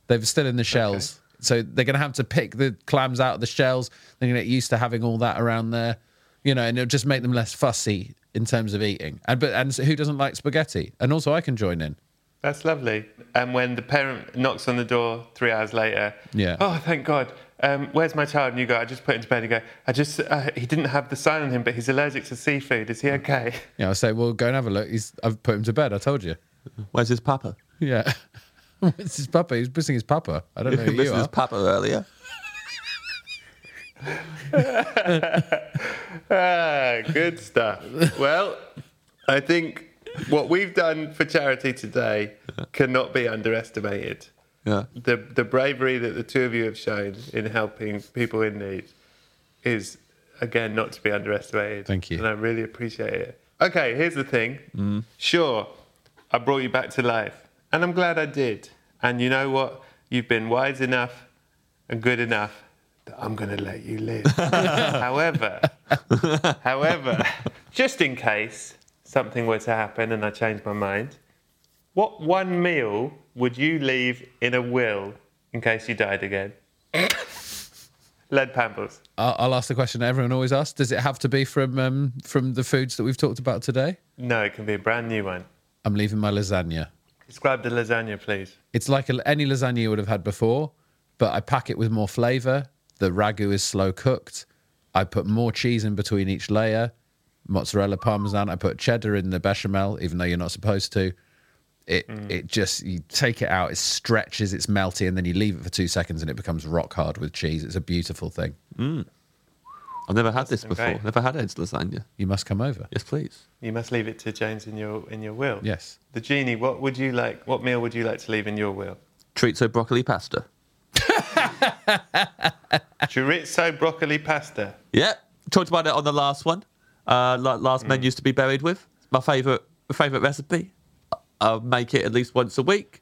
A: They're still in the shells. So they're going to have to pick the clams out of the shells. They're going to get used to having all that around there, you know, and it'll just make them less fussy in terms of eating. And but and who doesn't like spaghetti? And also, I can join in.
C: That's lovely. And when the parent knocks on the door three hours later,
A: Yeah.
C: Oh, thank God. Um, where's my child? And you go, I just put him to bed. And you go, I just uh, he didn't have the sign on him, but he's allergic to seafood. Is he okay?
A: You know, I say, well, go and have a look. He's, I've put him to bed. I told you.
B: Where's his papa?
A: Yeah. it's his papa. He's missing his papa. I don't know who you
B: Missing
A: are.
B: his papa earlier.
C: Ah, good stuff. Well, I think what we've done for charity today cannot be underestimated.
B: Yeah.
C: The the bravery that the two of you have shown in helping people in need is again not to be underestimated.
A: Thank you. Mm.
C: And I really appreciate it. Okay, here's the thing. Sure, I brought you back to life, and I'm glad I did. And you know what? You've been wise enough and good enough that I'm going to let you live. However, However, just in case something were to happen and I changed my mind, what one meal would you leave in a will in case you died again? Lead pambles.
A: I'll, I'll ask the question everyone always asks: Does it have to be from um, from the foods that we've talked about today?
C: No, it can be a brand new one.
A: I'm leaving my lasagna.
C: Describe the lasagna, please.
A: It's like a, any lasagna you would have had before, but I pack it with more flavour. The ragu is slow cooked. I put more cheese in between each layer, mozzarella, parmesan. I put cheddar in the bechamel, even though you're not supposed to. It it just you take it out, it stretches, it's melty, and then you leave it for two seconds, and it becomes rock hard with cheese. It's a beautiful thing.
B: I've never had this before.
C: great.
B: Never had Ed's lasagna.
A: You must come over.
B: Yes, please.
C: You must leave it to James in your in your will.
A: Yes.
C: The genie, what would you like? What meal would you like to leave in your will?
B: Chorizo broccoli pasta.
C: Chorizo broccoli pasta.
B: Yeah, talked about it on the last one. Uh, la- last men used to be buried with. It's My favourite favourite recipe. I- I'll make it at least once a week.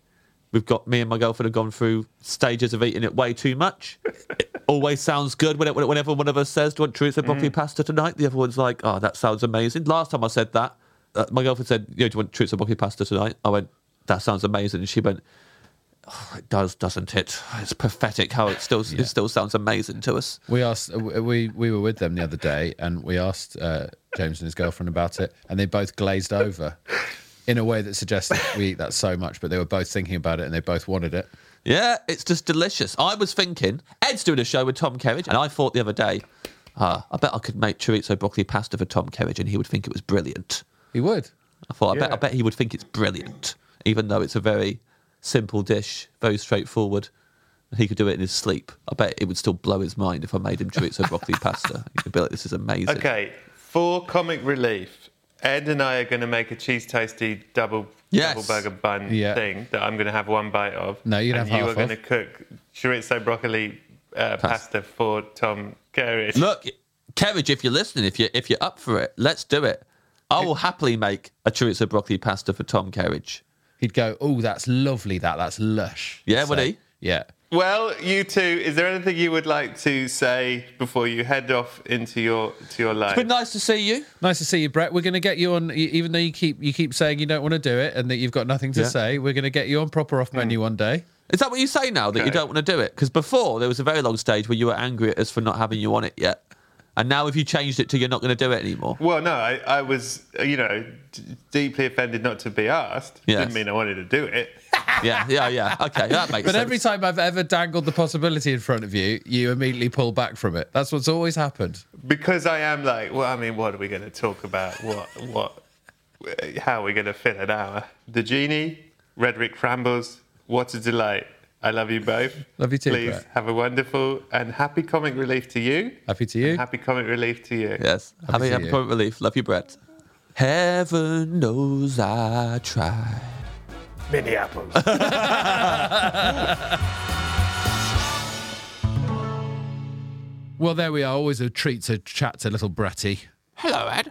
B: We've got me and my girlfriend have gone through stages of eating it way too much. It always sounds good when it, when- whenever one of us says, "Do you want chorizo broccoli pasta tonight?" The other one's like, "Oh, that sounds amazing." Last time I said that, uh, my girlfriend said, "You know, do you want chorizo broccoli pasta tonight?" I went, "That sounds amazing," and she went. "Oh, It does, doesn't it? It's pathetic how it still it still sounds amazing to us.
A: We asked uh, we we were with them the other day, and we asked uh, James and his girlfriend about it, and they both glazed over in a way that suggests that we eat that so much, but they were both thinking about it and they both wanted it.
B: Yeah, it's just delicious. I was thinking, Ed's doing a show with Tom Kerridge, and I thought the other day, ah, I bet I could make chorizo broccoli pasta for Tom Kerridge, and he would think it was brilliant.
A: He would.
B: I thought, I, bet,
C: Yeah.
B: I bet he would think it's brilliant, even though it's a very simple dish, very straightforward. He could do it in his sleep. I bet it would still blow his mind if I made him chorizo broccoli pasta. He'd be like, this is amazing.
C: Okay, for comic relief, Ed and I are going to make a cheese toasty double
B: Yes.
C: double burger bun
A: Yeah.
C: thing that I'm going to have one bite of.
A: No, you'd
C: and
A: have
C: you
A: half
C: are going to
A: of.
C: cook chorizo broccoli uh, pasta for Tom Kerridge.
B: Look, Kerridge, if you're listening, if you're if you're up for it, let's do it. I will happily make a chorizo broccoli pasta for Tom Kerridge.
A: He'd go, "Oh, that's lovely. That that's lush."
B: Yeah,
A: So,
B: would he?
A: Yeah.
C: Well, you two, is there anything you would like to say before you head off into your to your life?
B: It's been nice to see you.
A: Nice to see you, Brett. We're going to get you on, e- even though you keep you keep saying you don't want to do it and that you've got nothing to
B: Yeah. Mm.
A: say. We're going to get you on proper off menu one day.
B: Is that what you say now that you
C: Okay.
B: don't want to do it? Because before there was a very long stage where you were angry at us for not having you on it yet, and now have you changed it to you're not going to do it anymore?
C: Well, no, I, I was, uh, you know, d- deeply offended not to be asked.
B: Yes.
C: Didn't mean I wanted to do it.
B: yeah, yeah, yeah. Okay, that makes
A: But
B: sense.
A: every time I've ever dangled the possibility in front of you, you immediately pull back from it. That's what's always happened.
C: because I am like, well, I mean, what are we going to talk about? What, what, how are we going to fill an hour? The genie, Redrick Frambles, what a delight. I love you both.
A: Love you too,
C: Please
A: Brett.
C: have a wonderful and happy comic relief to you.
A: Happy to you.
C: Happy comic relief to you.
B: Yes. Happy,
A: to
B: happy
A: you.
B: comic relief. Love you, Brett. Heaven knows I try.
C: Minneapolis.
A: Well, there we are. Always a treat to chat to little Bretty.
B: Hello, Ed.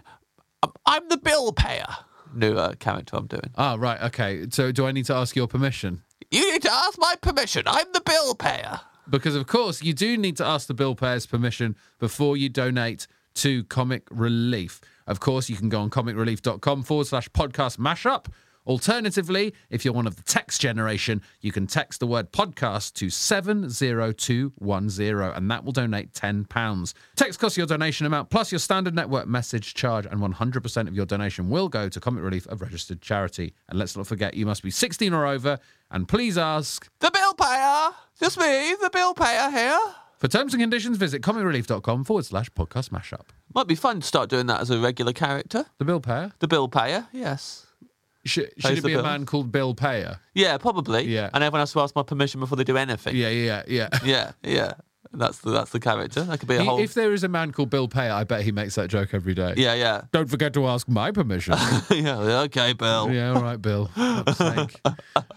B: Um, I'm the bill payer. New uh, character I'm doing.
A: Ah, right. Okay. So, do I need to ask your permission?
B: You need to ask my permission. I'm the bill payer.
A: Because, of course, you do need to ask the bill payer's permission before you donate to Comic Relief. Of course, you can go on comicrelief.com forward slash podcast mashup. Alternatively, if you're one of the text generation, you can text the word podcast to 70210 and that will donate £10. Text costs your donation amount plus your standard network message charge, and 100% of your donation will go to Comic Relief, a registered charity. And let's not forget, you must be 16 or over, and please ask.
B: The bill payer. Just me, the bill payer here.
A: For terms and conditions, visit comicrelief.com forward slash podcast mashup.
B: Might be fun to start doing that as a regular character.
A: The bill payer?
B: The bill payer, yes.
A: Should, should
B: Pays
A: it
B: the
A: be a
B: bills.
A: man called Bill Payer?
B: Yeah, probably.
A: Yeah.
B: And everyone has to ask my permission before they do anything.
A: Yeah, yeah, yeah.
B: Yeah, yeah. That's the that's the character. That could be a
A: He-
B: whole.
A: if there is a man called Bill Payer, I bet he makes that joke every day.
B: Yeah, yeah.
A: Don't forget to ask my permission.
B: yeah. Okay, Bill.
A: yeah, all right, Bill. Fuck's sake.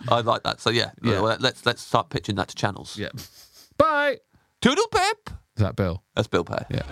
B: I like that. So yeah,
A: Yeah.
B: well, let's let's start pitching that to channels.
A: Yeah. Bye. Is
B: Toodle pip.
A: that Bill?
B: That's Bill Payer.
A: Yeah.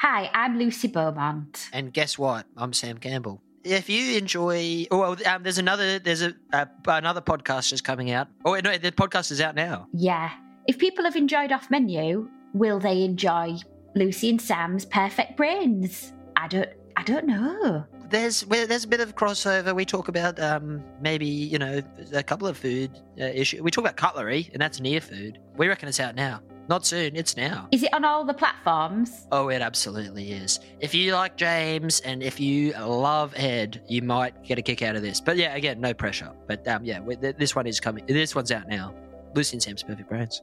E: Hi, I'm Lucy Beaumont.
F: And guess what? I'm Sam Campbell. If you enjoy, well, um, there's another there's a, uh, another podcast just coming out. Oh no, the podcast is out now.
E: Yeah. If people have enjoyed Off Menu, will they enjoy Lucy and Sam's Perfect Brains? I don't I don't know.
F: There's well, there's a bit of crossover. We talk about um, maybe you know a couple of food uh, issue. We talk about cutlery, and that's near food. We reckon it's out now. Not soon. It's now.
E: Is it on all the platforms?
F: Oh, it absolutely is. If you like James and if you love Ed, you might get a kick out of this. But yeah, again, no pressure. But um, yeah, we- th- this one is coming. This one's out now. Lucy and Sam's Perfect Brains.